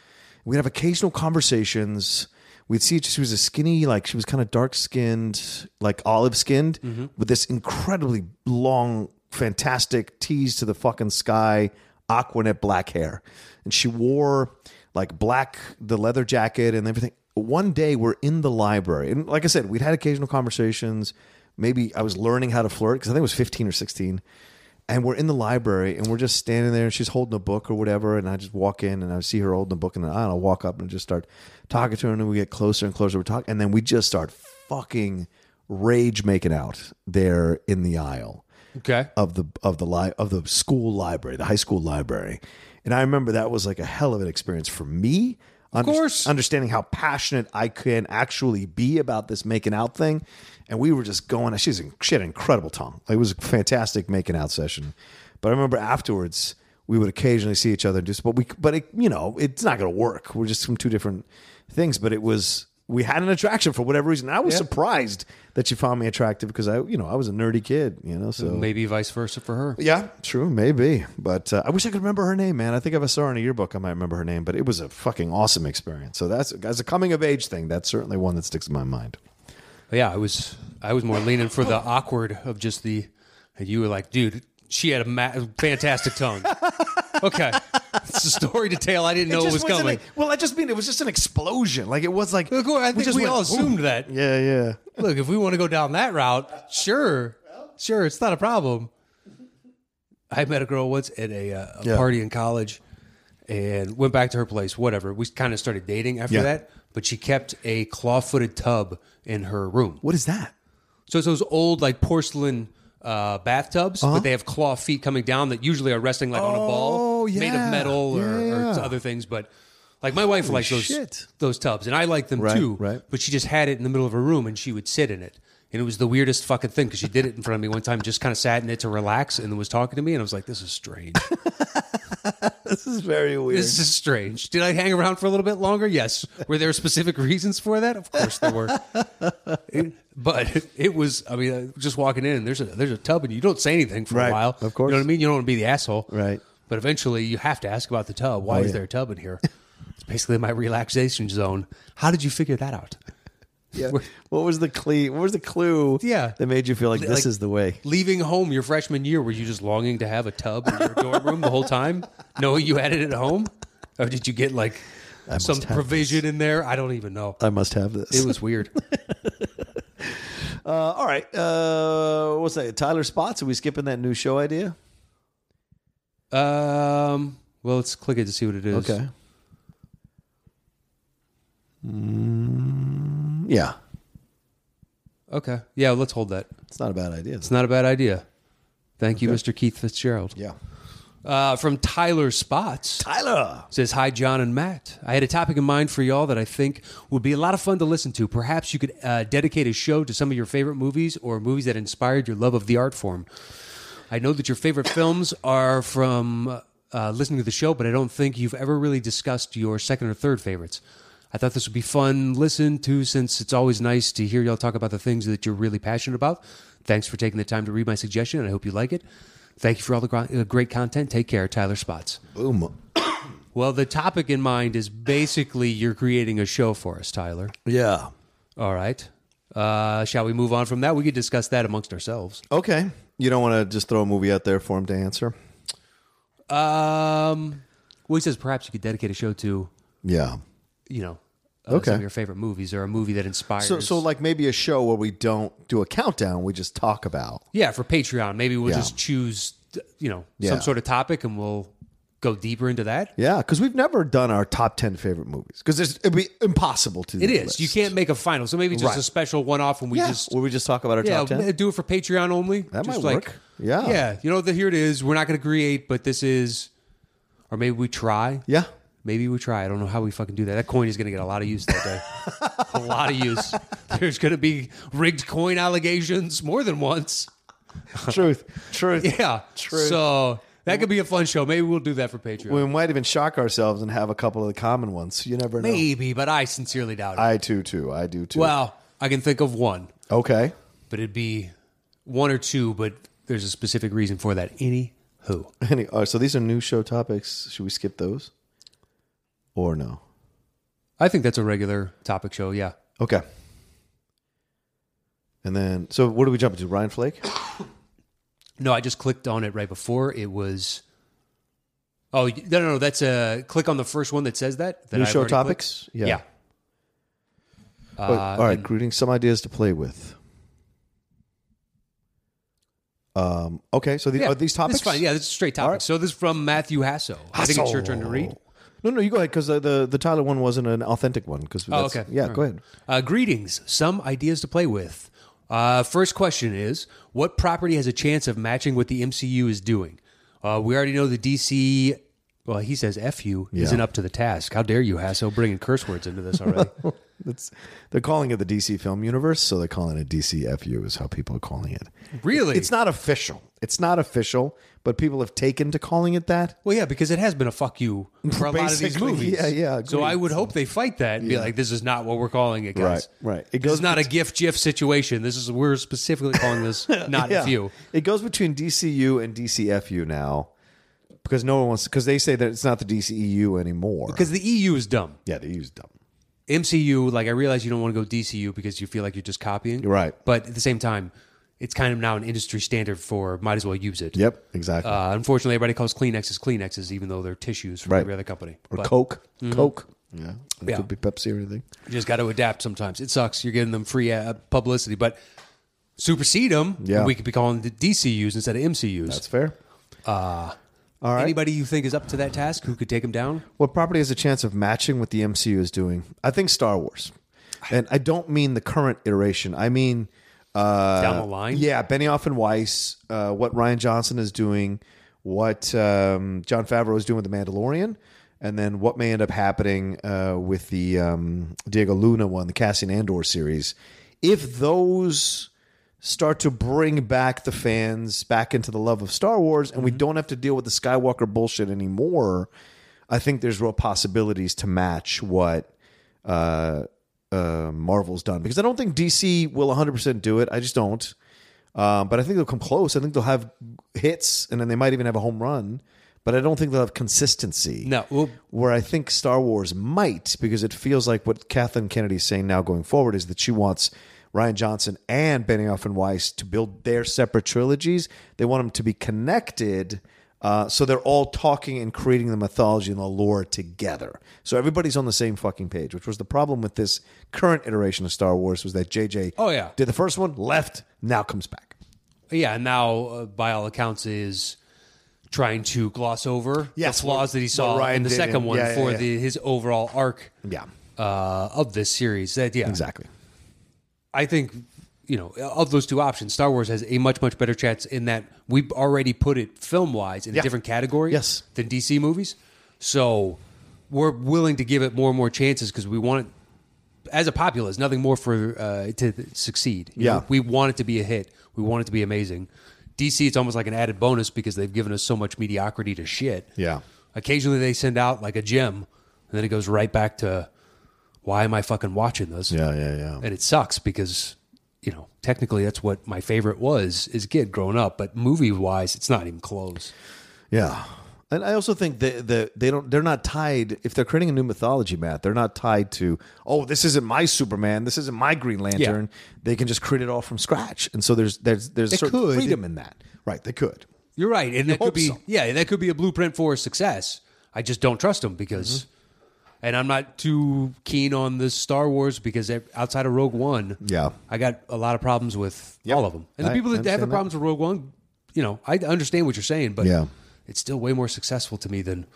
A: We'd have occasional conversations. We'd see she was a skinny, like she was kind of dark skinned, like olive skinned, with this incredibly long, fantastic tease to the fucking sky, aquanet black hair. And she wore like black, the leather jacket and everything. One day we're in the library. And like I said, we'd had occasional conversations. Maybe I was learning how to flirt because I think it was 15 or 16 and we're in the library and we're just standing there and she's holding a book or whatever and i just walk in and i see her holding a book and i don't know, walk up and just start talking to her and then we get closer and closer we talk and then we just start fucking rage making out there in the aisle
B: Okay.
A: of the of the li- of the school library, the high school library. And I remember that was like a hell of an experience for me. Of
B: course.
A: understanding how passionate I can actually be about this making out thing. And we were just going. She's she had an incredible tongue. Like, it was a fantastic making out session. But I remember afterwards we would occasionally see each other. and Just but we but it, you know it's not going to work. We're just from two different things. But it was we had an attraction for whatever reason. I was surprised that she found me attractive because I you know I was a nerdy kid. You know so
B: Maybe vice versa for her.
A: yeah, true, maybe. But uh, I wish I could remember her name, man. I think if I saw her in a yearbook, I might remember her name. But it was a fucking awesome experience. So that's as a coming of age thing. That's certainly one that sticks in my mind.
B: But yeah, I was I was more leaning [laughs] for the awkward of just the. and You were like, dude, she had a ma- fantastic tongue. okay, it's a story detail I didn't know it was
A: wasn't
B: coming.
A: a- well, I just mean it was just an explosion. Like it was like
B: Look, I think we,
A: just went,
B: all assumed that.
A: "Ooh." Yeah, yeah.
B: Look, if we want to go down that route, sure, sure, it's not a problem. I met a girl once at a, uh, a
A: Yeah.
B: party in college, and went back to her place. Whatever, we kind of started dating after
A: Yeah.
B: that. But she kept a claw-footed tub in her room.
A: What is that?
B: So it's those old like porcelain uh, bathtubs,
A: Uh-huh.
B: but they have claw feet coming down that usually are resting like on a ball,
A: Oh,
B: made
A: yeah.
B: of metal or,
A: Yeah.
B: or other things. But like my wife likes those
A: shit.
B: those tubs, and I like them
A: Right,
B: too.
A: right.
B: But she just had it in the middle of her room, and she would sit in it, and it was the weirdest fucking thing because she did it in front of me one time, just kind of sat in it to relax, and was talking to me, and I was like, "This is strange.
A: This is very weird.
B: this is strange." Did I hang around for a little bit longer? Yes. Were there specific reasons for that? Of course
A: [laughs]
B: there were. But it was, I mean, uh, just walking in, there's a there's a tub, and you don't say anything for
A: Right,
B: a while.
A: of course.
B: you know what I mean. You don't want to be the asshole,
A: Right. Oh,
B: But eventually, you have to ask about the tub. Why is
A: yeah.
B: there a tub in here? It's basically my relaxation zone. How did you figure that out?
A: yeah. What was the clue? What was the clue?
B: Yeah.
A: that made you feel like this
B: Like,
A: is the way.
B: Leaving home your freshman year, were you just longing to have a tub in your [laughs] dorm room the whole time, knowing you had it at home, or did you get like some
A: have
B: provision in there? I don't even know.
A: I must have this.
B: It
A: [laughs]
B: was weird.
A: Uh, all right. Uh, what's that? Tyler Spots? Are we skipping that new show idea?
B: um, well, let's click it to see what it is.
A: Okay. Mm, yeah,
B: Okay. Yeah, let's hold that.
A: it's not a bad idea.
B: It's not a bad idea. Thank you, Mr. Keith Fitzgerald.
A: yeah.
B: Uh, from Tyler Spots
A: Tyler.
B: says, Hi, John and Matt. I had a topic in mind for y'all that I think would be a lot of fun to listen to. Perhaps you could uh, dedicate a show to some of your favorite movies or movies that inspired your love of the art form. I know that your favorite films are from uh, listening to the show, but I don't think you've ever really discussed your second or third favorites. I thought this would be fun listen to since it's always nice to hear y'all talk about the things that you're really passionate about. Thanks for taking the time to read my suggestion, and I hope you like it. Thank you for all the gro- uh, great content. Take care, Tyler Spots.
A: Boom.
B: Well, the topic in mind is basically you're creating a show for us, Tyler.
A: Yeah.
B: All right. Uh, shall we move on from that? We could discuss that amongst ourselves.
A: Okay. You don't want to just throw a movie out there for him to answer.
B: Um, well, he says perhaps you could dedicate a show to
A: Yeah.
B: you know, uh,
A: Okay.
B: some of your favorite movies or a movie that inspires.
A: So, so like maybe a show where we don't do a countdown. We just talk about.
B: yeah, for Patreon, maybe we'll
A: Yeah.
B: just choose, you know,
A: Yeah.
B: some sort of topic and we'll go deeper into that.
A: Yeah, because we've never done our top ten favorite movies because it'd be impossible to.
B: It is. You can't make a final, so maybe just
A: Right.
B: a special one-off when we
A: Yeah.
B: just
A: Where we just talk about our
B: yeah
A: top ten.
B: do it for Patreon only. That just
A: might
B: like,
A: work. Yeah.
B: yeah. You know, the, here it is. We're not going to create, but this is, or maybe we try.
A: Yeah.
B: Maybe we try. I don't know how we fucking do that. That coin is going to get a lot of use
A: [laughs]
B: that day. a lot of use. There's going to be rigged coin allegations more than once.
A: [laughs] Truth. [laughs] Truth.
B: Yeah.
A: True.
B: So that could be a fun show. Maybe we'll do that for Patreon.
A: We might even shock ourselves and have a couple of the common ones. You never know.
B: Maybe, but I sincerely doubt it.
A: I too, too. I do too.
B: well, I can think of one,
A: okay. [laughs]
B: but it'd be one or two, but there's a specific reason for that. Any who.
A: Any, uh, so these are new show topics. Should we skip those, or no?
B: I think that's a regular topic show, yeah.
A: Okay. And then, so what do we jump into? Ryan Flake.
B: No, I just clicked on it right before. It was Oh, y- no, no, no. That's a click on the first one that says that. that
A: New
B: I've
A: show
B: already clicked.
A: topics? Yeah.
B: Yeah. Um,
A: Oh, all right, greeting some ideas to play with. Um. Okay. So the,
B: Yeah,
A: are these topics?
B: It's fine. Yeah, this is straight topics. So this is from Matthew Hasso. I think it's your turn to read.
A: No, no, you go ahead because the, the the Tyler one wasn't an authentic one. Because
B: Oh, okay.
A: Yeah,
B: All
A: go
B: right.
A: ahead.
B: Uh, greetings. Some ideas to play with. Uh, first question is What property has a chance of matching what the MCU is doing? Uh, we already know the DC Well, he says F you
A: Yeah.
B: isn't up to the task. How dare you, Hasso, bringing curse words into this
A: [laughs]
B: already?
A: That's, they're calling it the DC film universe, so they're calling it DCFU is how people are calling it.
B: really?
A: It's not official. It's not official, but people have taken to calling it that.
B: well, yeah, because it has been a fuck you for a lot of these
A: Basically,
B: movies.
A: yeah, yeah,
B: So
A: agreed.
B: I would hope they fight that and be like, this is not what we're calling it, guys.
A: Right, right. It
B: It
A: goes
B: goes not a gif gif situation. This is we're specifically
A: [laughs]
B: calling this not F you.
A: It goes between DCU and DCFU now because no one wants because they say that it's not the DCEU anymore.
B: Because the EU is dumb.
A: yeah, they use dumb.
B: MCU, like I realize you don't want to go DCU because you feel like you're just copying.
A: You're right.
B: But at the same time, it's kind of now an industry standard for might as well use it.
A: Yep, exactly.
B: Uh, unfortunately, everybody calls Kleenexes Kleenexes, even though they're tissues from
A: Right.
B: every other company.
A: or
B: But Mm-hmm.
A: Coke, Coke. Yeah, it
B: Yeah.
A: could be Pepsi or anything.
B: you just got to adapt sometimes. It sucks. You're giving them free uh, publicity, but supersede them.
A: Yeah.
B: We could be calling the DCUs instead of MCUs.
A: That's fair. Uh, all right.
B: Anybody you think is up to that task who could take them down?
A: What property has a chance of matching what the MCU is doing? I think Star Wars. And I don't mean the current iteration. I mean uh,
B: Down the line?
A: Yeah, Benioff and Weiss. Uh, what Ryan Johnson is doing, what um, John Favreau is doing with the Mandalorian, and then what may end up happening uh, with the um, Diego Luna one, the Cassian Andor series. If those start to bring back the fans back into the love of Star Wars, and we don't have to deal with the Skywalker bullshit anymore. I think there's real possibilities to match what uh, uh, Marvel's done because I don't think DC will 100% do it. I just don't. Um, but I think they'll come close. I think they'll have hits and then they might even have a home run. But I don't think they'll have consistency.
B: No. Well,
A: Where I think Star Wars might because it feels like what Kathleen Kennedy's saying now going forward is that she wants Ryan Johnson and Benioff and Weiss to build their separate trilogies. They want them to be connected. Uh, so they're all talking and creating the mythology and the lore together. So everybody's on the same fucking page, which was the problem with this current iteration of Star Wars was that JJ
B: Oh, yeah.
A: did the first one, left, now comes back.
B: yeah, and now uh, by all accounts is trying to gloss over
A: Yes,
B: the flaws
A: what-
B: that he
A: what
B: saw
A: Ryan
B: in the
A: did
B: second
A: in-
B: one
A: yeah, yeah,
B: for
A: yeah.
B: the his overall arc
A: Yeah.
B: uh, of this series. That yeah,
A: Exactly.
B: I think you know of those two options, Star Wars has a much much better chance in that we already put it film wise in
A: Yeah.
B: a different category
A: Yes.
B: than DC movies. So we're willing to give it more and more chances because we want it as a populace nothing more for uh, to th- succeed. You
A: Yeah.
B: know, we want it to be a hit. We want it to be amazing. DC, it's almost like an added bonus because they've given us so much mediocrity to shit.
A: Yeah.
B: Occasionally they send out like a gem, and then it goes right back to, why am I fucking watching this?
A: Yeah, yeah, yeah.
B: and it sucks because you know technically that's what my favorite was as a kid growing up but movie wise it's not even close
A: Yeah. And I also think that the, they don't they're not tied if they're creating a new mythology, Matt, they're not tied to, oh, this isn't my Superman, this isn't my Green Lantern. They can just create it all from scratch. And so there's there's there's certain
B: could.
A: freedom in that. Right, they could.
B: you're right and that
A: hope
B: could be
A: so.
B: yeah that could be a blueprint for success i just don't trust them because
A: Mm-hmm.
B: and i'm not too keen on the star wars because e- outside of rogue one
A: Yeah.
B: i got a lot of problems with all of them and the
A: I
B: people that have
A: understand
B: the
A: that.
B: problems with rogue one you know i understand what you're saying but
A: Yeah.
B: it's still way more successful to me than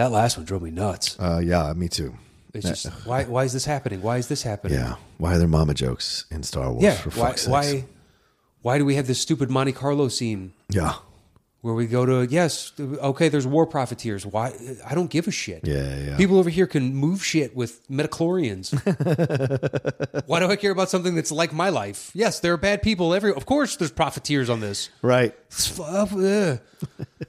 B: that last one drove me nuts
A: Uh, yeah, me too.
B: it's just why, why is this happening why is this happening
A: Yeah. Why are there mama jokes in Star Wars
B: Yeah.
A: for
B: Why,
A: fuck's sakes?
B: why? Why do we have this stupid Monte Carlo scene
A: Yeah.
B: where we go to yes, okay, there's war profiteers. Why? I don't give a shit.
A: Yeah, yeah.
B: People over here can move shit with
A: [laughs]
B: metachlorians. why do I care about something that's like my life? Yes, there are bad people. Every of course, there's profiteers on this.
A: Right.
B: It's fu- ugh.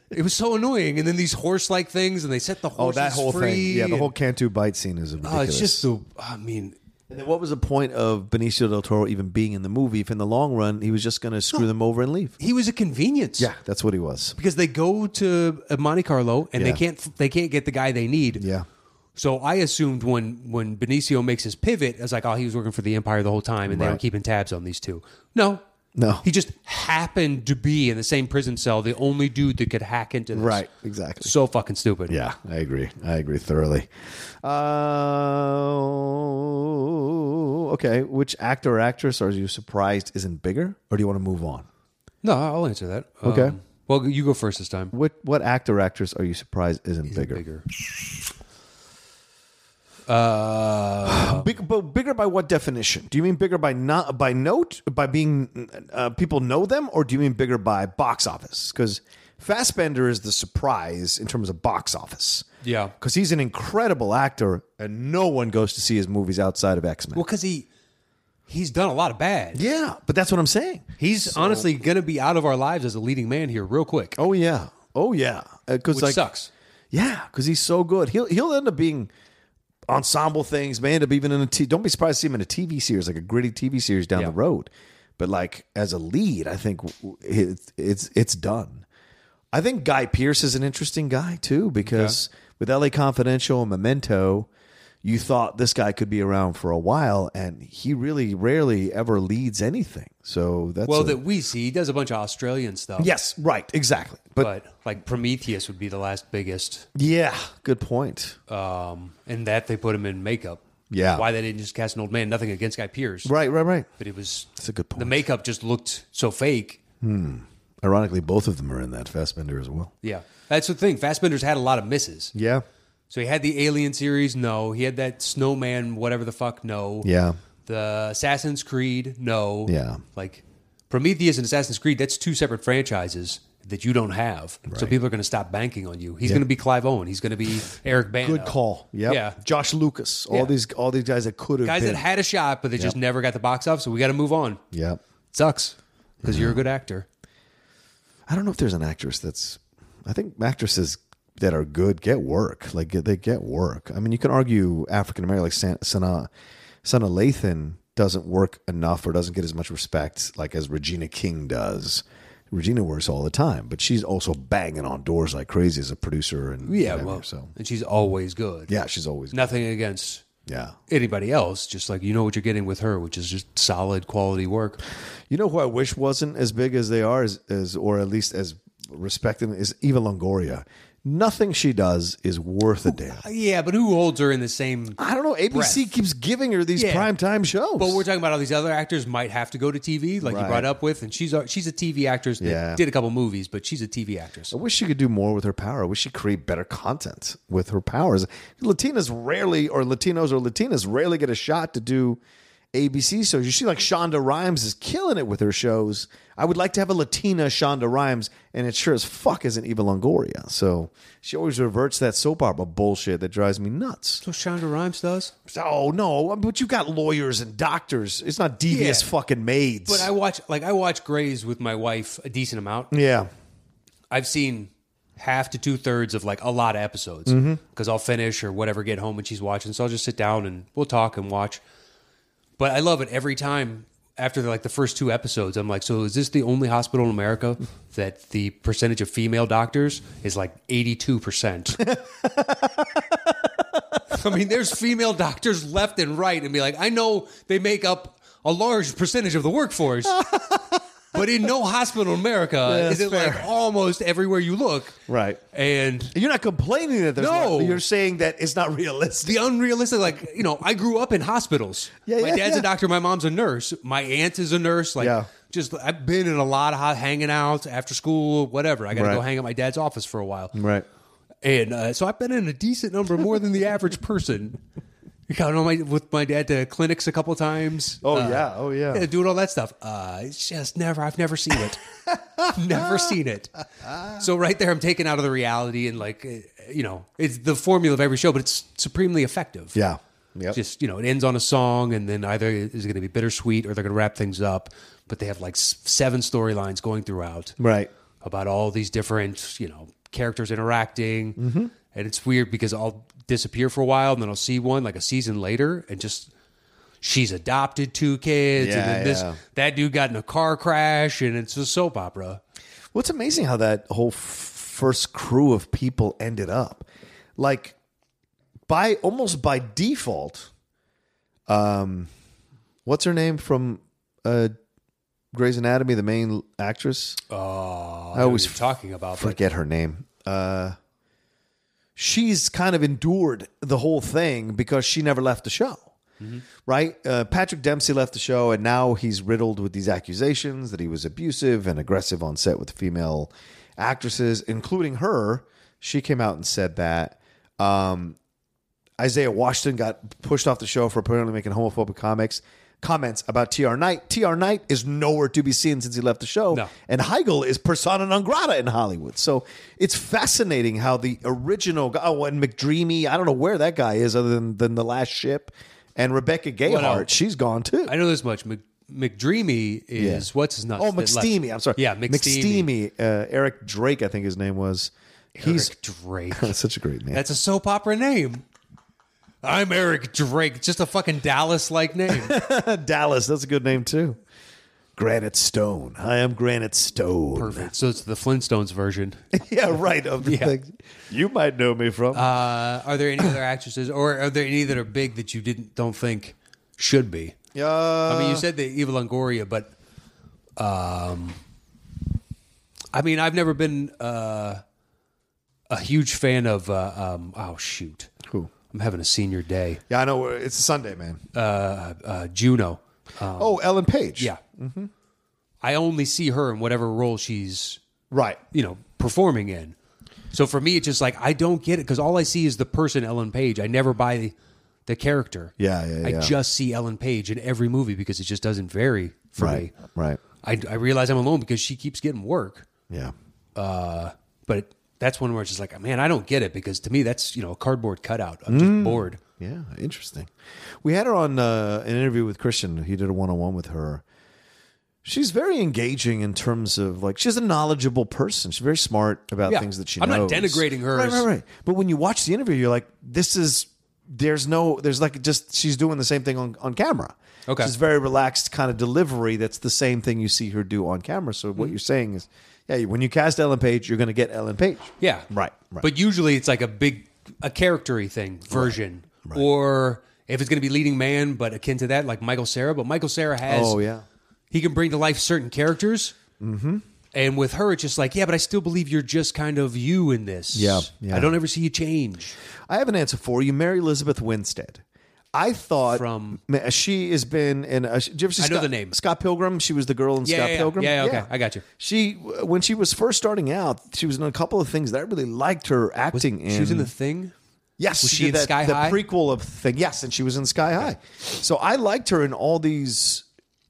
B: it was so annoying. And then these horse-like things, and they set the
A: Oh,
B: horses
A: that whole
B: free,
A: thing. Yeah, the
B: and-
A: whole Cantu bite scene is ridiculous.
B: Oh, it's just the. I mean,
A: And then what was the point of Benicio del Toro even being in the movie if in the long run he was just going to screw them over and leave?
B: he was a convenience.
A: Yeah, that's what he was.
B: because they go to uh, Monte Carlo and
A: Yeah.
B: they can't they can't get the guy they need.
A: Yeah.
B: So I assumed when when Benicio makes his pivot, I was like, oh, he was working for the Empire the whole time, and they were
A: Right.
B: keeping tabs on these two. No,
A: No.
B: he just happened to be in the same prison cell, the only dude that could hack into this.
A: Right, exactly.
B: So fucking stupid.
A: Yeah, I agree. I agree thoroughly. Uh, okay, which actor or actress are you surprised isn't bigger, or do you want to move on?
B: No, I'll answer that.
A: Okay.
B: Um, well, you go first this time.
A: What what actor or actress are you surprised isn't bigger?
B: Bigger. Uh,
A: Big, but bigger by what definition? Do you mean bigger by not by note, by being uh, people know them, or do you mean bigger by box office? Because Fassbender is the surprise in terms of box office.
B: Yeah.
A: Because he's an incredible actor, and no one goes to see his movies outside of X Men.
B: Well, because he he's done a lot of bad.
A: yeah, but that's what I'm saying.
B: He's honestly going to be out of our lives as a leading man here, real quick,
A: Oh yeah, oh yeah. Because
B: which
A: like,
B: sucks.
A: Yeah, because he's so good. He'll he'll end up being ensemble things. May end up even in a. T- don't be surprised to see him in a TV series, like a gritty TV series down
B: Yeah.
A: the road. But like as a lead, I think w- w- it's it's it's done. I think Guy Pierce is an interesting guy too because with LA Confidential and Memento, you thought this guy could be around for a while, and he really rarely ever leads anything. So that's
B: Well,
A: a-
B: that we see, he does a bunch of Australian stuff.
A: yes, right, exactly. but
B: but like Prometheus would be the last biggest,
A: yeah, good point.
B: um, and that they put him in makeup.
A: Yeah.
B: why they didn't just cast an old man? Nothing against Guy Pierce,
A: Right, right, right.
B: but it was
A: That's a good point.
B: the makeup just looked so fake.
A: Ironically, both of them are in that Fassbender as well.
B: Yeah, that's the thing. Fassbender's had a lot of misses.
A: Yeah,
B: So he had the Alien series, no. He had that Snowman, whatever the fuck, no.
A: yeah,
B: The Assassin's Creed, no.
A: Yeah.
B: Like Prometheus and Assassin's Creed, that's two separate franchises that you don't have. So people are going to stop banking on you. He's going to be Clive Owen. He's going
A: [sighs]
B: to be Eric Bana.
A: good call. Yep.
B: Yeah.
A: Josh Lucas, all
B: Yeah.
A: these all these guys that could have
B: Guys
A: been.
B: that had a shot, but they just never got the box office. So we got to move on.
A: yeah,
B: sucks because
A: Mm-hmm.
B: you're a good actor.
A: I don't know if there's an actress that's. I think actresses that are good get work. Like they get work. I mean, you can argue African American, like San- Sana Sana Lathan doesn't work enough or doesn't get as much respect like as Regina King does. Regina works all the time, but she's also banging on doors like crazy as a producer and
B: Yeah,
A: whatever,
B: well,
A: so
B: and she's always good.
A: yeah, she's always
B: Nothing against
A: yeah.
B: anybody else. Just like you know what you're getting with her, which is just solid quality work.
A: You know who I wish wasn't as big as they are, is, is or at least as respected is Eva Longoria. Nothing she does is worth a damn.
B: Yeah, but who holds her in the same?
A: I don't know. ABC
B: Breath.
A: keeps giving her these
B: Yeah.
A: prime time shows.
B: But we're talking about all these other actors might have to go to TV, like
A: Right.
B: you brought up with, and she's a, she's a TV actress. That
A: Yeah.
B: did a couple movies, but she's a TV actress.
A: I wish she could do more with her power. I wish she'd create better content with her powers. Latinas rarely, or Latinos or Latinas rarely get a shot to do ABC shows. You see, like Shonda Rhimes is killing it with her shows. I would like to have a Latina Shonda Rhimes, and it sure as fuck isn't Eva Longoria. So she always reverts to that soap opera bullshit that drives me nuts.
B: So Shonda Rhimes does,
A: Oh no, but you got lawyers and doctors. It's not devious
B: Yeah.
A: fucking maids.
B: but I watch like I watch Grey's with my wife a decent amount.
A: yeah,
B: I've seen half to two thirds of like a lot of episodes
A: Mm-hmm.
B: because I'll finish or whatever, get home and she's watching. So I'll just sit down and we'll talk and watch. But I love it every time after like the first two episodes. I'm like, so is this the only hospital in America that the percentage of female doctors is like 82%? [laughs] I mean, there's female doctors left and right, and be like, I know they make up a large percentage of the
A: [laughs]
B: workforce, but in no hospital in America
A: that's
B: is it
A: fair.
B: like almost everywhere you look.
A: right.
B: And
A: You're not complaining that there's no.
B: No.
A: You're saying that it's not realistic.
B: the unrealistic, like, you know, I grew up in hospitals.
A: Yeah,
B: my
A: yeah,
B: dad's
A: yeah.
B: a doctor, my mom's a nurse, my aunt is a nurse. Like,
A: Yeah.
B: just I've been in a lot of ho- hanging out after school, whatever. I got to go
A: Right.
B: hang at my dad's office for a while.
A: Right.
B: And uh, so I've been in a decent number more than the average person. [laughs] You know, my, with my dad to clinics a couple times.
A: Oh,
B: Uh,
A: yeah. Oh, yeah.
B: yeah, doing all that stuff. Uh, it's just never. I've never seen
A: [laughs]
B: it. never seen it. So right there, I'm taken out of the reality and like, eh, you know, it's the formula of every show, but it's supremely effective.
A: Yeah. Yep.
B: Just you know, it ends on a song, and then either is going to be bittersweet or they're going to wrap things up. But they have like s- seven storylines going throughout
A: right.
B: about all these different you know characters interacting
A: Mm-hmm.
B: and it's weird because i'll disappear for a while and then i'll see one like a season later and just she's adopted two kids
A: Yeah,
B: and then
A: yeah.
B: this that dude got in a car crash and it's a soap opera
A: Well, it's amazing how that whole f- first crew of people ended up. Like, by almost by default, um, what's her name from uh, Grey's Anatomy, the main actress?
B: oh
A: I always
B: was talking about but
A: forget her name. Uh, she's kind of endured the whole thing because she never left the show. Right? Uh, Patrick Dempsey left the show, and now he's riddled with these accusations that he was abusive and aggressive on set with female actresses, including her. She came out and said that. Um, Isaiah Washington got pushed off the show for apparently making homophobic comics comments about TR Knight. TR Knight is nowhere to be seen since he left the show.
B: No.
A: And Heigl is persona non grata in Hollywood. So it's fascinating how the original guy, oh, and McDreamy, I don't know where that guy is other than, than The Last Ship. And Rebecca Gayhart, she's gone too.
B: I know this much. Mc, McDreamy is what's his nuts?
A: Oh,
B: that left.
A: McSteamy. I'm sorry.
B: Yeah, McSteamy.
A: Uh, Eric Drake, I think his name was. He's [laughs]
B: Eric Drake.
A: that's such a great name.
B: That's a soap opera name. I'm Eric Drake. Just a fucking Dallas like name.
A: Dallas. That's a good name too. Granite Stone. I am Granite Stone.
B: Perfect. So it's the Flintstones version.
A: [laughs] yeah, right. Of the thing you might know me from.
B: [laughs] Uh, are there any other actresses, or are there any that are big that you didn't don't think should be?
A: uh,
B: I mean, you said the Eva Longoria, but um, I mean, I've never been uh, a huge fan of. Uh, um, oh shoot,
A: Who?
B: I'm having a senior day.
A: yeah, I know. It's a Sunday, man.
B: Uh, Juno.
A: oh, Ellen Page.
B: Yeah. Mm-hmm. I only see her in whatever role she's
A: Right.
B: you know performing in. So for me, it's just like I don't get it because all I see is the person Ellen Page. I never buy the character.
A: Yeah, yeah, yeah.
B: I just see Ellen Page in every movie because it just doesn't vary for
A: Right.
B: me.
A: Right.
B: I, I realize I'm alone because she keeps getting work,
A: Yeah.
B: but that's one where it's just like, man, I don't get it because to me that's you know a cardboard cutout. I'm
A: Mm.
B: just bored.
A: Yeah, interesting. We had her on uh, an interview with Christian. He did a one on one with her. She's very engaging in terms of like she's a knowledgeable person. She's very smart about
B: Yeah.
A: things that she
B: I'm
A: knows.
B: not denigrating her
A: Right,
B: as-
A: right, right. But when you watch the interview, you're like, this is there's no there's like just she's doing the same thing on, on camera.
B: Okay.
A: She's very relaxed kind of delivery that's the same thing you see her do on camera. So
B: Mm-hmm.
A: what you're saying is, yeah, when you cast Ellen Page, you're gonna get Ellen Page.
B: Yeah.
A: Right, right.
B: But usually it's like a big a charactery thing version. Or if it's going to be leading man but akin to that like Michael Sarah, but Michael Sarah has
A: Oh yeah.
B: he can bring to life certain characters. Mm-hmm. And with her, it's just like, yeah, but I still believe you're just kind of you in this.
A: Yeah, yeah.
B: I don't ever see you change.
A: I have an answer for you, Mary Elizabeth Winstead. I thought
B: From-
A: Ma- she has been in. A, did you ever see
B: I know
A: Scott-
B: the name.
A: Scott Pilgrim. She was the girl in
B: Yeah,
A: Scott
B: yeah, yeah.
A: Pilgrim.
B: Yeah, yeah, okay. I got you.
A: She when she was first starting out, she was in a couple of things that I really liked her acting in.
B: She was in the thing.
A: Yes,
B: Was she
A: did
B: in
A: that-
B: Sky
A: the
B: High?
A: prequel of thing. Yes, and she was in Sky High. So I liked her in all these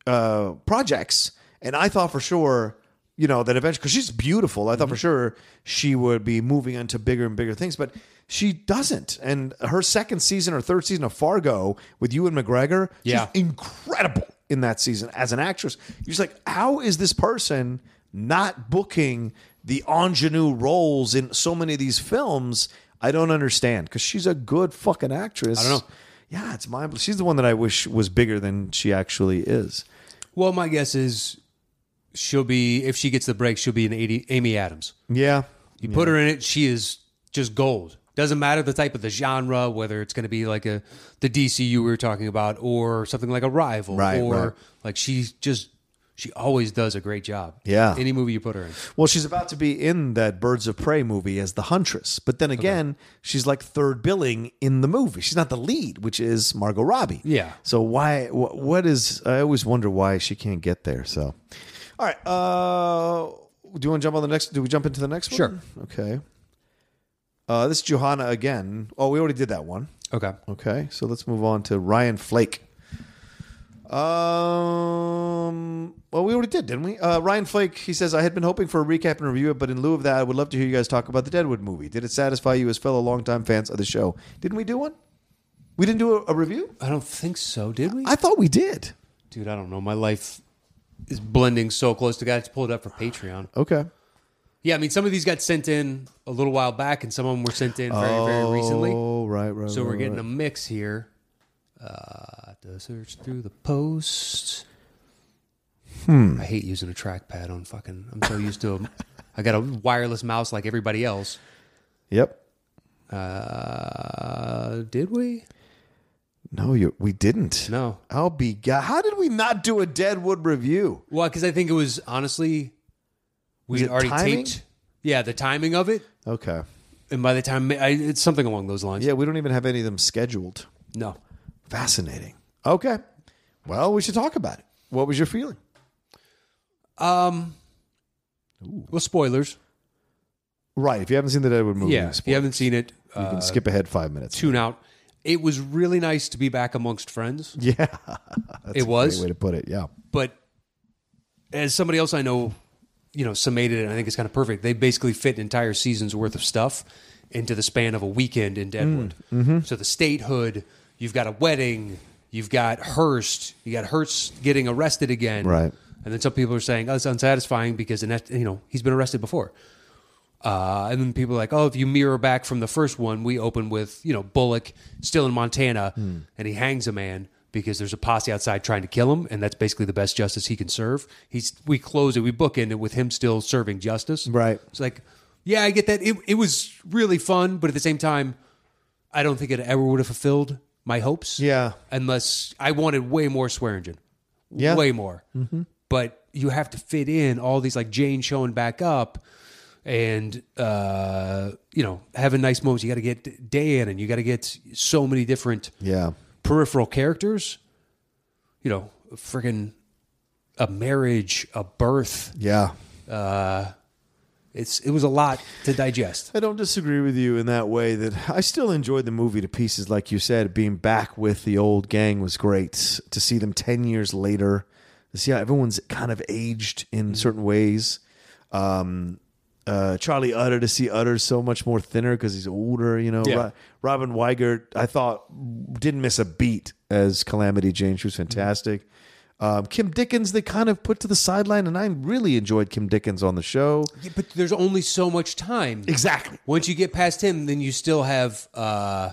A: uh, projects, and I thought for sure, you know, that eventually because she's beautiful, I thought
B: Mm-hmm.
A: for sure she would be moving into bigger and bigger things, but she doesn't. And her second season or third season of Fargo with you and McGregor,
B: Yeah.
A: she's incredible in that season as an actress. You're just like, how is this person not booking the ingenue roles in so many of these films? I don't understand because she's a good fucking actress. I
B: don't know.
A: Yeah, it's mind. She's the one that I wish was bigger than she actually is.
B: Well, my guess is she'll be, if she gets the break, she'll be an 80, Amy Adams.
A: Yeah,
B: You put her in it, she is just gold. Doesn't matter the type of the genre, whether it's going to be like a the DCU we were talking about, or something like a rival,
A: Right,
B: or
A: right.
B: like she's just she always does a great job.
A: Yeah.
B: any movie you put her in.
A: Well, she's about to be in that Birds of Prey movie as the Huntress, but then again, she's like third billing in the movie. She's not the lead, which is Margot Robbie.
B: Yeah.
A: So why? Wh- what is? I always wonder why she can't get there. So, all right. Uh, do you want to jump on the next? Do we jump into the next one?
B: Sure.
A: Okay. Uh, this is Johanna again. Oh, we already did that one.
B: Okay,
A: Okay, so let's move on to Ryan Flake. Um, well, we already did, didn't we? Uh, Ryan Flake. He says I had been hoping for a recap and review, but in lieu of that, I would love to hear you guys talk about the Deadwood movie. Did it satisfy you as fellow longtime fans of the show? Didn't we do one? We didn't do a, a review.
B: I don't think so. Did we,
A: I thought we did.
B: dude? I don't know. My life is blending so close to God. It's pulled up for Patreon.
A: Okay.
B: Yeah, I mean, some of these got sent in a little while back, and some of them were sent in very, very recently.
A: Oh, right, right.
B: So
A: right,
B: we're getting
A: right.
B: a mix here. Uh, to search through the posts. Hmm. I hate using a trackpad on fucking. I'm so used to. I got a wireless mouse like everybody else.
A: Yep.
B: Uh, did we?
A: No, you. We didn't.
B: No.
A: I'll be. Ga- How did we not do a Deadwood review?
B: Well, because I think it was honestly we
A: Was
B: had
A: it
B: already
A: timing?
B: taped. Yeah, the timing of it,
A: Okay.
B: and by the time I, it's something along those lines.
A: Yeah, we don't even have any of them scheduled.
B: No.
A: Fascinating. Okay. Well, we should talk about it. What was your feeling?
B: Um. Well, spoilers.
A: Right. If you haven't seen the Deadwood movie,
B: Yeah, if you haven't seen it,
A: you
B: uh,
A: can skip ahead five minutes.
B: tune out. it was really nice to be back amongst friends.
A: [laughs] Yeah, that's
B: it
A: a
B: was,
A: way to put it. Yeah,
B: but as somebody else I know, you know, summated it, and I think it's kind of perfect. They basically fit an entire season's worth of stuff into the span of a weekend in Deadwood. So the statehood, you've got a wedding, you've got Hearst, you got Hearst getting arrested again,
A: Right.
B: And then some people are saying, "Oh, it's unsatisfying because the next, you know he's been arrested before." Uh, and then people are like, "Oh, if you mirror back from the first one, we open with you know Bullock still in Montana,
A: Hmm.
B: and he hangs a man." Because there's a posse outside trying to kill him, and that's basically the best justice he can serve. He's we close it, we bookend it with him still serving justice.
A: Right.
B: It's like, yeah, I get that. It, it was really fun, but at the same time, I don't think it ever would have fulfilled my hopes.
A: Yeah.
B: Unless I wanted way more Swearingen.
A: Yeah.
B: Way more. But you have to fit in all these, like Jane showing back up and, uh, you know, having nice moments. You got to get Dan and you got to get so many different
A: yeah,
B: peripheral characters. You know, freaking a marriage, a birth.
A: yeah.
B: It's It was a lot to digest.
A: I don't disagree with you in that way. That I still enjoyed the movie to pieces, like you said. Being back with the old gang was great. To see them ten years later, to see how everyone's kind of aged in certain ways. Um, uh, Charlie Utter to see Utter so much more thinner because he's older. You know,
B: Yeah.
A: Ro- Robin Weigert, I thought didn't miss a beat as Calamity Jane. She was fantastic. Um, Kim Dickens, they kind of put to the sideline, and I really enjoyed Kim Dickens on the show.
B: Yeah, but there's only so much time.
A: Exactly.
B: Once you get past him, then you still have uh,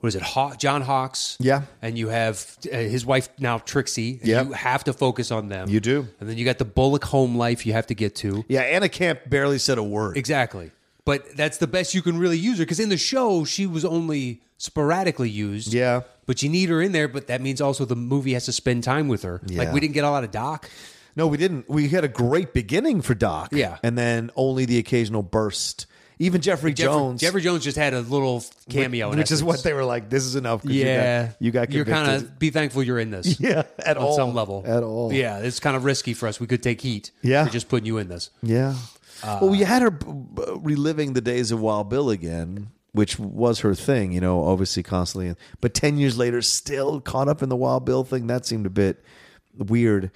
B: what is it, Haw- John Hawks?
A: Yeah.
B: and you have uh, his wife now, Trixie.
A: Yeah.
B: you have to focus on them.
A: You do.
B: and then you got the Bullock home life you have to get to.
A: Yeah, Anna Camp barely said a word.
B: Exactly, but that's the best you can really use her because in the show she was only sporadically used.
A: Yeah.
B: but you need her in there. But that means also the movie has to spend time with her.
A: Yeah.
B: Like we didn't get a lot of Doc.
A: No, we didn't. We had a great beginning for Doc.
B: Yeah.
A: And then only the occasional burst. Even Jeffrey,
B: Jeffrey
A: Jones.
B: Jeffrey Jones just had a little cameo, in
A: which is
B: essence.
A: what they were like, this is enough. 'cause
B: Yeah,
A: You got, you
B: you're
A: got
B: kind
A: convicted.
B: of be thankful you're in
A: [laughs]
B: this.
A: yeah, at
B: on
A: all.
B: some level
A: At all.
B: Yeah, it's kind of risky for us. We could take heat.
A: Yeah.
B: for just putting you in this.
A: Yeah.
B: Uh,
A: well, we had her b- b- reliving the days of Wild Bill again, which was her thing, you know, obviously constantly. But 10 years later, still caught up in the Wild Bill thing. That seemed a bit weird.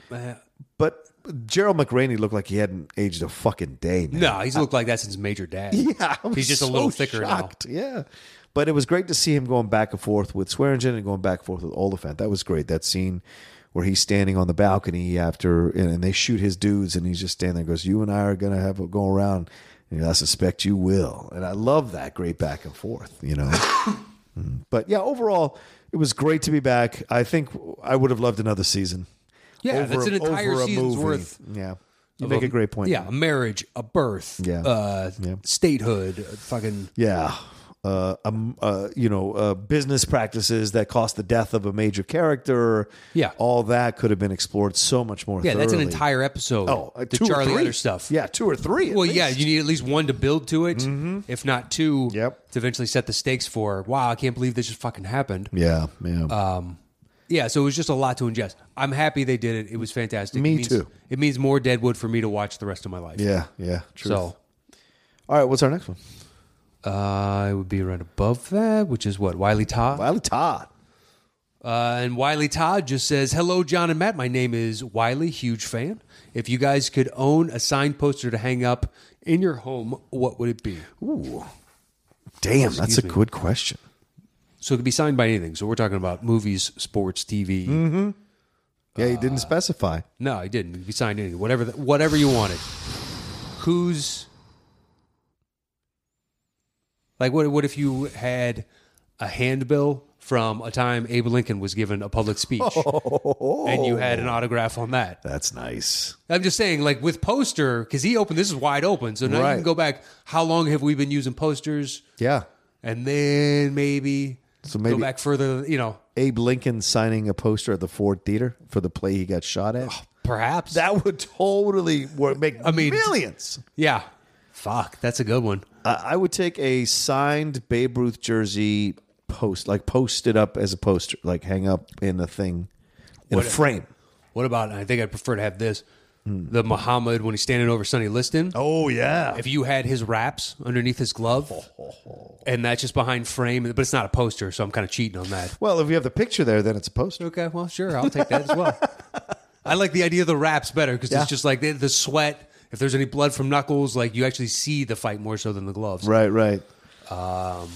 A: But Gerald McRaney looked like he hadn't aged a fucking day, man.
B: No, he's looked like that since Major
A: [laughs]
B: Dad.
A: Yeah, I was
B: he's just a
A: so
B: little thicker
A: shocked. Yeah, but it was great to see him going back and forth with Swearingen and going back and forth with Oliphant. That was great. That scene where he's standing on the balcony after, and, and they shoot his dudes, and he's just standing there. and Goes, you and I are gonna have a go around. And I suspect you will. And I love that great back and forth. You
B: [coughs]
A: know. Mm. but yeah, overall, it was great to be back. I think I would have loved another season.
B: Yeah, that's an entire
A: over a
B: season's
A: movie.
B: worth
A: Yeah, you
B: now.
A: make a great point.
B: Yeah, a marriage, a birth,
A: Yeah.
B: uh,
A: Yeah.
B: statehood, uh, fucking
A: Yeah. Uh, um, uh, you know, uh, business practices that cost the death of a major character.
B: Yeah.
A: all that could have been explored so much more.
B: yeah. That's an
A: thoroughly.
B: entire episode.
A: Oh, uh,
B: the
A: two or
B: Charlie
A: three.
B: Utter stuff.
A: Yeah, two or three. at
B: Well, yeah,
A: least. Mm-hmm.
B: you need at least one to build to it, if not two,
A: Yep.
B: to eventually set the stakes for. Wow, I can't believe this just fucking happened.
A: yeah, yeah.
B: Uh, Yeah, so it was just a lot to ingest. I'm happy they did it. It was fantastic.
A: Me
B: it means,
A: too.
B: It means more Deadwood for me to watch the rest of my life.
A: yeah, yeah. True.
B: So
A: all right, what's our next one?
B: Uh, it would be right above that, which is what Wiley Todd.
A: Wiley Todd.
B: Uh, and Wiley Todd just says, "Hello, John and Matt. My name is Wiley. Huge fan. If you guys could own a signed poster to hang up in your home, what would it be?
A: Ooh, damn, that's a good question.
B: So it could be signed by anything. So we're talking about movies, sports, TV.
A: Yeah, he
B: Uh,
A: didn't specify.
B: No, I didn't. It could be signed anything. Whatever. The, whatever you wanted. Who's like what? What if you had a handbill?" From a time Abe Lincoln was given a public
A: [laughs]
B: speech,
A: Oh.
B: and you had an autograph on that.
A: That's nice.
B: I'm just saying, like with poster, because he opened this is wide open. So now
A: Right.
B: you can go back. How long have we been using posters?
A: Yeah,
B: And then maybe,
A: So maybe-
B: go back further. You know,
A: Abe Lincoln signing a poster at the Ford Theater for the play he got shot at.
B: Oh, perhaps
A: That would totally work, make I
B: mean-
A: millions.
B: Yeah, fuck, that's a good one.
A: I I would take a signed Babe Ruth jersey post, like post it up as a poster, like hang up in a thing, in a frame.
B: What about? I think I'd prefer to have this the Muhammad when he's standing over Sonny Liston.
C: Oh yeah.
B: If you had his wraps underneath his glove, and that's just behind frame, but it's not a poster, so I'm kind of cheating on that.
A: Well, if you have the picture there, then it's a poster.
B: Okay, well, sure, I'll take that as well. [laughs] I like the idea of the wraps better because
A: Yeah.
B: it's just like the, the sweat. If there's any blood from knuckles, like you actually see the fight more so than the gloves.
A: Right, right. Um,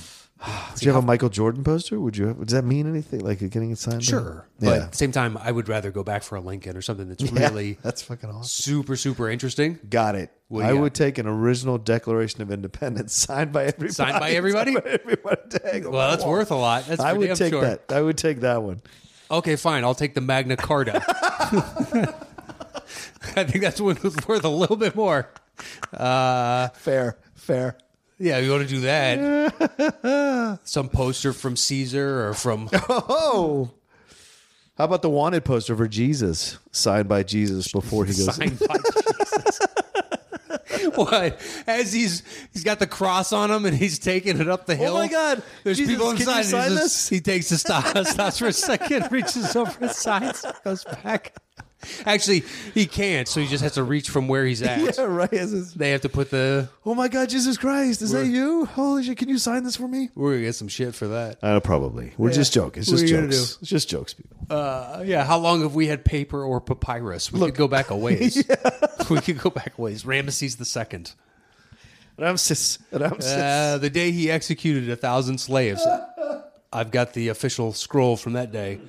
A: Do you have a Michael Jordan poster? Would you? Have, does that mean anything? Like getting it signed?
B: Sure,
A: Yeah.
B: Mm-hmm. but at the same time, I would rather go back for a Lincoln or something
A: [laughs]
B: that's
A: Yeah,
B: really
A: that's fucking awesome.
B: super, super interesting.
A: Got it.
B: What do
A: I
B: you got?
A: would take an original Declaration of Independence [laughs] signed by everybody.
B: Signed
A: [laughs]
B: by everybody?
A: everybody. Dang,
B: Well, that's worth a lot. That's
A: I
B: for
A: would
B: damn
A: take
B: sure.
A: that. I would take that one.
B: Okay, fine. I'll take the Magna Carta. [laughs] I think that's one that's worth a little bit more.
A: Fair, fair.
B: Yeah, you want to do that.
A: [laughs]
B: Some poster from Caesar or from
A: Oh. How about the wanted poster for Jesus, signed by Jesus before he goes?
B: signed by Jesus. [laughs] what? As he's he's got the cross on him and he's taking it up the hill.
A: Oh my God.
B: There's
A: Jesus,
B: people
A: can you
B: inside. and he
A: sign [laughs]
B: just-
A: this?
B: He takes the stop, [laughs] stops for
A: [laughs]
B: a second, reaches over, signs, goes back. Actually, he can't, so he just has to reach from where he's at.
A: [laughs] yeah, right. It's just-
B: They have to put the.
A: Oh my God, Jesus Christ! Is that you? Holy shit! Can you sign this for me?
B: We're gonna get some shit for that.
A: Uh, probably. We're just joking. It's
B: What
A: just
B: are you gonna
A: jokes. It's just jokes, people.
B: Uh, yeah, how long have we had paper or papyrus? We could go back a [laughs] ways. We could go back a ways. Ramesses the second.
A: Ramses. Ramses.
B: Uh, the day he executed a thousand [laughs] slaves. I've got the official scroll from that day.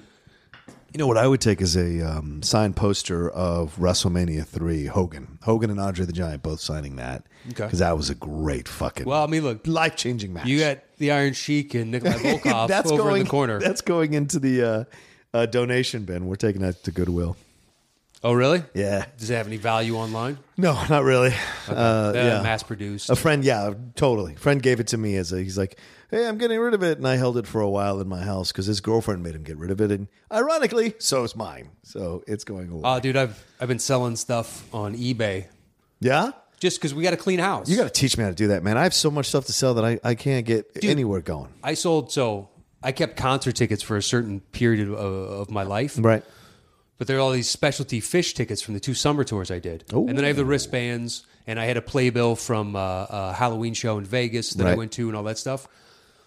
A: You know what I would take is a um, signed poster of WrestleMania three Hogan, Hogan and Andre the Giant both signing that
B: Okay.
A: because that was a great fucking
B: Well, I mean, look,
A: life changing match.
B: you got the Iron Sheik and [laughs] Nikolai
A: [laughs]
B: Volkov
A: that's
B: over
A: going
B: in the corner.
A: That's going into the uh, uh, donation bin. We're taking that to Goodwill.
B: Oh, really?
A: Yeah.
B: Does it have any value online?
A: No, not really. Uh,
B: Uh,
A: yeah.
B: Mass produced.
A: A friend, yeah, totally. Friend gave it to me as a, he's like, "Hey, I'm getting rid of it," and I held it for a while in my house because his girlfriend made him get rid of it, and ironically, so is mine. So it's going away.
B: Oh, dude, I've I've been selling stuff on eBay
A: yeah,
B: just because we got a clean house.
A: you got to teach me how to do that, man. I have so much stuff to sell that I, I can't get anywhere going.
B: I sold so I kept concert tickets for a certain period of, of my life,
A: Right.
B: but there are all these specialty fish tickets from the two summer tours I did, and then I have the wristbands, and I had a playbill from uh, a Halloween show in Vegas that I
A: Right.
B: went to, and all that stuff.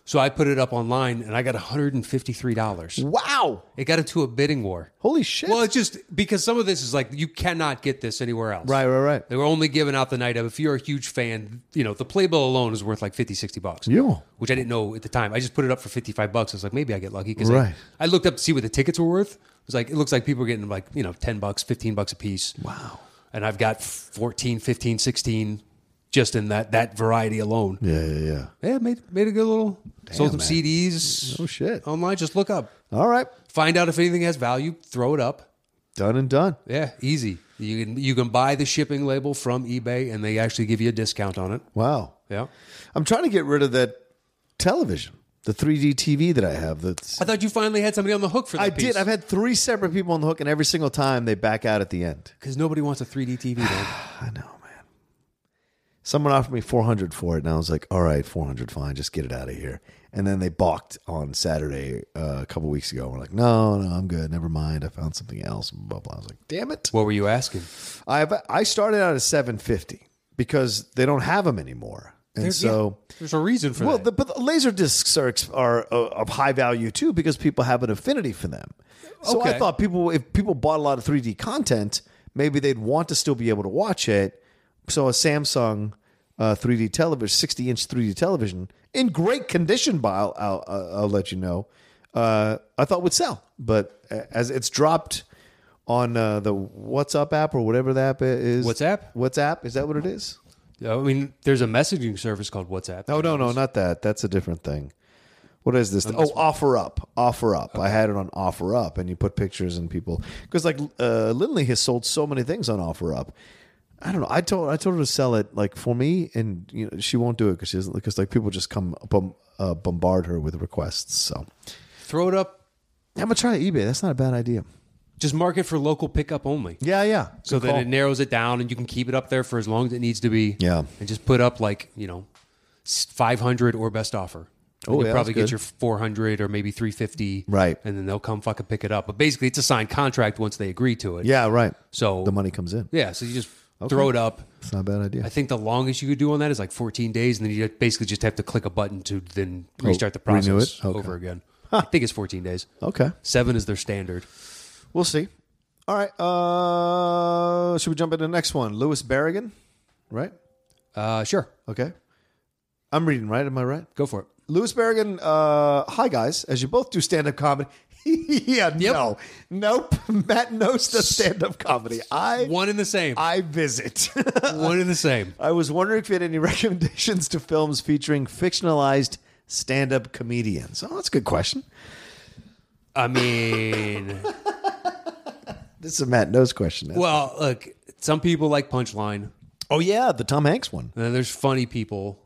B: So I put it up online, and I got one hundred and fifty three dollars.
A: Wow.
B: It got into a bidding war.
A: Holy shit.
B: Well, it's just because some of this is like you cannot get this anywhere else.
A: right, right, right.
B: They were only giving out the night of. If you're a huge fan, you know, the playbill alone is worth like 50, 60 bucks.
A: Yeah.
B: Which I didn't know at the time. I just put it up for 55 bucks. I was like, maybe I get lucky. Cause I-
A: Right.
B: I, looked up to see what the tickets were worth. It was like, it looks like people are getting like, you know, 10 bucks, 15 bucks a piece. Wow. And I've got 14, 15, 16 just in that, that variety alone. Yeah.
A: Yeah, yeah, yeah.
B: made, made a good little, sold some
A: man.
B: CDs.
A: Oh, shit.
B: Online. Just look up,
A: All right.
B: find out if anything has value, throw it up.
A: Done and done.
B: Yeah, easy. You can you can buy the shipping label from eBay, and they actually give you a discount on it.
A: Wow.
B: Yeah,
A: I'm trying to get rid of that television, the 3D TV that I have. That's
B: I thought you finally had somebody on the hook for that.
A: I did. I've had three separate people on the hook, and every single time they back out at the end.
B: because nobody wants a 3D TV. Man.
A: [sighs] I know, man. Someone offered me 400 for it, and I was like, "All right, 400, fine, just get it out of here." And then they balked on Saturday uh, a couple weeks ago. We're like, "No, no, I'm good. Never mind. I found something else." Blah blah. blah. I was like, "Damn it!"
B: what were you asking?
A: I have I started out at 750 because they don't have them anymore, and so.
B: there's a reason for
A: Well,
B: that.
A: the, but the laser discs are ex- are uh, of high value too because people have an affinity for them. So I
B: Okay.
A: thought people, if people bought a lot of 3D content, maybe they'd want to still be able to watch it. So a Samsung uh, 3D television, 60 inch 3D television in great condition, by I'll, I'll, I'll let you know. Uh, I thought would sell, but as it's dropped on uh, the WhatsApp app or whatever the app is,
B: WhatsApp?
A: WhatsApp is that what it is?
B: I mean, there's a messaging service called WhatsApp.
A: Oh, No, no, no, not that. That's a different thing. What is this? oh, offer up, offer up. I had it on offer up, and you put pictures and people because like uh, Lindley has sold so many things on offer up. I don't know. I told I told her to sell it like for me, and you know she won't do it because she doesn't because like people just come bom- uh, bombard her with requests. So
B: Throw it up.
A: I'm gonna try eBay. That's not a bad idea.
B: Just mark it for local pickup only.
A: Yeah, yeah.
B: So
A: Good
B: that
A: call.
B: it narrows it down, and you can keep it up there for as long as it needs to be.
A: Yeah.
B: and just put up like you know, 500 or best offer.
A: Oh,
B: You'll
A: yeah,
B: probably
A: that's
B: get your 400 or maybe 350.
A: Right.
B: And then they'll come fucking pick it up. But basically, it's a signed contract once they agree to it.
A: Yeah, right.
B: So
A: The money comes in.
B: Yeah. So you just throw it up.
A: It's not a bad idea.
B: I think the longest you could do on that is like 14 days, and then you basically just have to click a button to then restart the process
A: Oh, renew it? Okay. [laughs]
B: over again. I think it's 14 days.
A: Okay,
B: Seven is their standard.
A: we'll see. All right, uh, should we jump into the next one? Lewis Berrigan, right?
B: Uh, sure,
A: Okay, I'm reading right. Am I right?
B: go for it.
A: Lewis Berrigan, uh, hi guys. As you both do stand up comedy, [laughs] yeah, no, nope. [laughs] Matt knows the stand up comedy. I
B: One and the same.
A: I visit. [laughs]
B: One and the same.
A: I was wondering if you had any [laughs] recommendations to films featuring fictionalized stand up comedians. Oh, that's a good question. [laughs]
B: I mean,
A: This is a Matt Knows question. now.
B: well, look, some people like punchline,
A: oh, yeah, the Tom Hanks one.
B: and then there's funny people.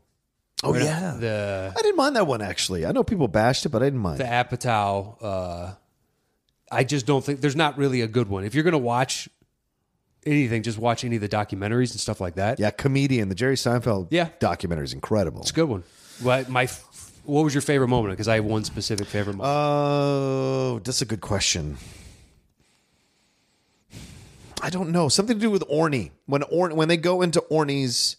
A: Oh, yeah.
B: The
A: I didn't mind that one, actually. I know people bashed it, but I didn't mind.
B: the Apatow. Uh, I just don't think there's not really a good one. If you're gonna watch anything, just watch any of the documentaries and stuff like that.
A: yeah, comedian. The Jerry Seinfeld
B: Yeah.
A: documentary is incredible.
B: It's a good one. What my f- what was your favorite moment? Because I have one specific favorite moment.
A: Oh, that's a good question. I don't know. Something to do with Orny. When Orn when they go into Orny's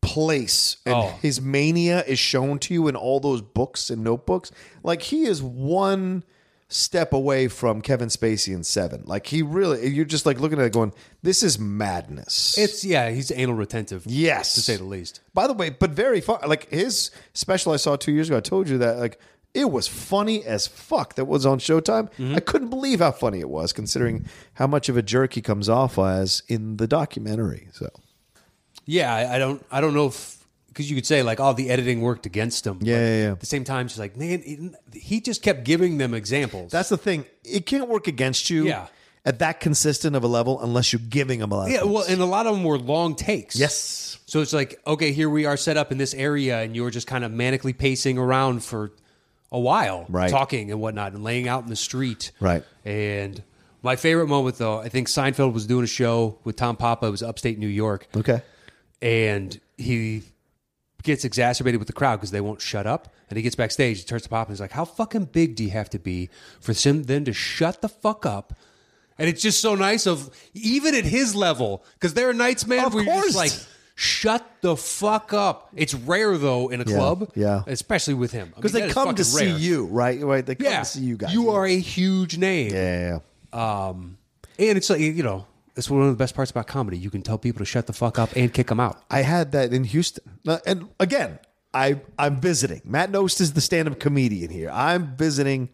A: place and
B: Oh.
A: his mania is shown to you in all those books and notebooks, like he is one step away from Kevin Spacey in 7. Like he really you're just like looking at it going, this is madness.
B: it's yeah, he's anal retentive.
A: Uh, Yes.
B: to say the least.
A: By the way, but very fun. Like his special I saw two years ago, I told you that like it was funny as fuck that was on Showtime.
B: Mm-hmm.
A: I couldn't believe how funny it was, considering how much of a jerk he comes off as in the documentary. So
B: Yeah, I, I don't I don't know if because you could say like all the editing worked against him.
A: Yeah,
B: but
A: yeah, yeah.
B: At the same time, she's like, man, it- he just kept giving them examples.
A: that's the thing. It can't work against you
B: Yeah.
A: at that consistent of a level unless you're giving him a lot. of
B: yeah,
A: things.
B: well, and a lot of them were long takes.
A: yes.
B: So it's like, okay, here we are set up in this area, and you're just kind of manically pacing around for a while,
A: Right.
B: talking and whatnot, and laying out in the street.
A: Right.
B: And my favorite moment, though, I think Seinfeld was doing a show with Tom Papa. It was upstate New York.
A: Okay.
B: And he gets exacerbated with the crowd because they won't shut up. And he gets backstage, he turns to Papa, and he's like, How fucking big do you have to be for them then to shut the fuck up? And it's just so nice of even at his level, because there are nights, man,
A: Of
B: where you're
A: course.
B: just like, shut the fuck up. It's rare though in a club.
A: yeah.
B: Especially with him.
A: Because they come to see you, right? Right. They come
B: Yeah.
A: to see you guys.
B: You are a huge name.
A: Yeah. yeah, yeah.
B: Um, and it's like you know, that's one of the best parts about comedy. You can tell people to shut the fuck up and kick them out.
A: I had that in Houston. Uh, And again, I I'm visiting. Matt Nost is the stand-up comedian here. I'm visiting,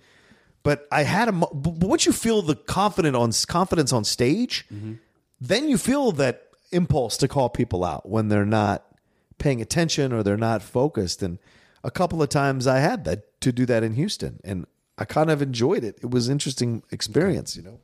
A: but I had a. mo- But once you feel the confident on confidence on stage, then you feel that impulse to call people out when they're not paying attention or they're not focused. And a couple of times I had that to do that in Houston, and I kind of enjoyed it. It was an interesting experience, you know.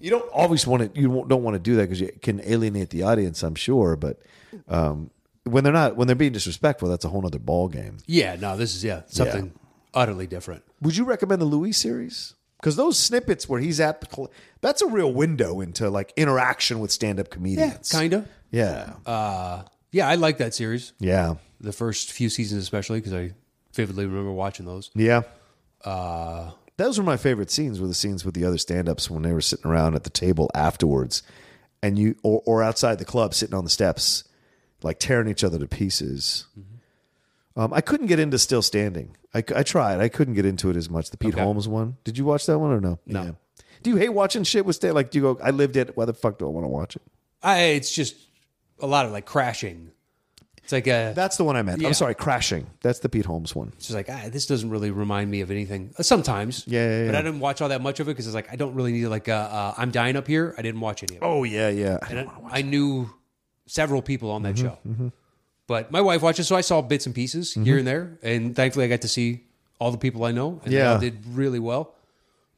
A: You don't always want to. You won't- don't want to do that because you can alienate the audience, I'm sure. But um, when they're not, when they're being disrespectful, that's a whole other ball game.
B: Yeah, no, this is yeah something utterly different.
A: Would you recommend the Louis series? Because those snippets where he's at, the cl- that's a real window into like interaction with stand-up comedians.
B: kind of.
A: Yeah,
B: Yeah, I like that series.
A: yeah,
B: The first few seasons, especially because I vividly remember watching those.
A: yeah. Uh, those were my favorite scenes. Were the scenes with the other stand-ups when they were sitting around at the table afterwards, and you or, or outside the club sitting on the steps, like tearing each other to pieces. Um, I couldn't get into Still Standing. I, c- I tried. I couldn't get into it as much. The Pete
B: Okay.
A: Holmes one. Did you watch that one or no?
B: No.
A: Do you hate watching shit with stand? Like, do you go? I lived it. Why the fuck do I want to watch it?
B: I it's just a lot of like crashing. It's like a
A: That's the one I meant.
B: Yeah.
A: I'm sorry, Crashing. That's the Pete Holmes one.
B: it's just like ah, this doesn't really remind me of anything. Uh, Sometimes,
A: Yeah, yeah,
B: but
A: yeah.
B: I didn't watch all that much of it because it's like I don't really need like uh, uh, I'm dying up here. I didn't watch any of it.
A: Oh yeah, yeah.
B: And I, I knew several people on that
A: Mm-hmm,
B: show. But my wife watches, so I saw bits and pieces here and there. And thankfully, I got to see all the people I know, and
A: Yeah.
B: they all did really well.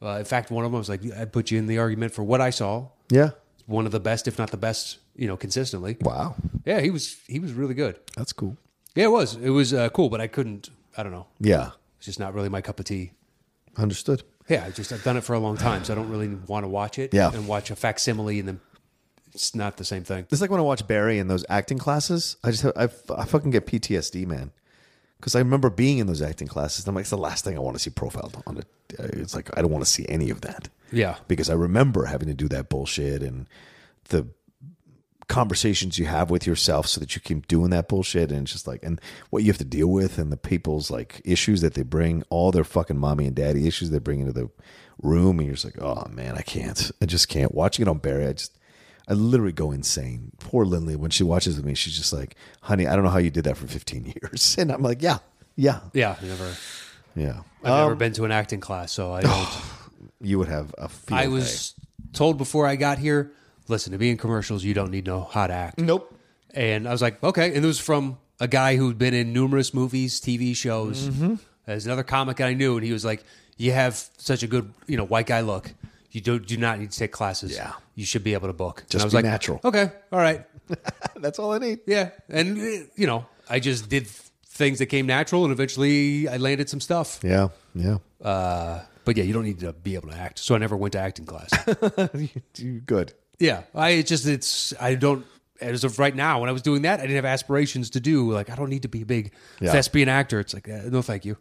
B: Uh, in fact, one of them was like, "I put you in the argument for what I saw.
A: Yeah.
B: One of the best, if not the best, you know, consistently."
A: Wow,
B: Yeah, he was he was really good.
A: that's cool.
B: Yeah, it was it was uh, cool, but I couldn't. I don't know.
A: Yeah,
B: It's just not really my cup of tea.
A: understood.
B: Yeah, I just I've done it for a long time, so I don't really want to watch it.
A: Yeah.
B: and watch a facsimile, and then it's not the same thing.
A: It's like when I watch Barry in those acting classes. I just have, I, f- I fucking get PTSD, man. Because I remember being in those acting classes. And I'm like, it's the last thing I want to see profiled on it. Uh, It's like, I don't want to see any of that.
B: Yeah.
A: Because I remember having to do that bullshit and the conversations you have with yourself so that you keep doing that bullshit. And it's just like, and what you have to deal with and the people's like issues that they bring, all their fucking mommy and daddy issues they bring into the room. And you're just like, oh man, I can't. I just can't. Watching it on Barry, I just, I literally go insane. Poor Lindley, when she watches with me, she's just like, honey, I don't know how you did that for 15 [laughs] years. And I'm like, yeah, yeah,
B: Yeah, never.
A: yeah.
B: I've never been to an acting class, so [sighs] I don't.
A: You would have a field
B: I was told before I got here, listen, to be in commercials, you don't need to know how to act.
A: day. Nope.
B: And I was like, okay. And it was from a guy who'd been in numerous movies, TV shows. As another comic I knew, and he was like, "You have such a good, you know, white guy look. You do do not need to take classes.
A: Yeah.
B: you should be able to book."
A: Just
B: and I was
A: be
B: like,
A: natural.
B: Okay, all right,
A: [laughs] That's all I need.
B: yeah. And eh, you know, I just did things that came natural, and eventually I landed some stuff.
A: Yeah, yeah.
B: Uh, but yeah, you don't need to be able to act. So I never went to acting class.
A: [laughs] You- Good.
B: Yeah, I it's just it's I don't as of right now when I was doing that I didn't have aspirations to do like I don't need to be a big
A: Yeah.
B: thespian actor. It's like uh, no, thank you.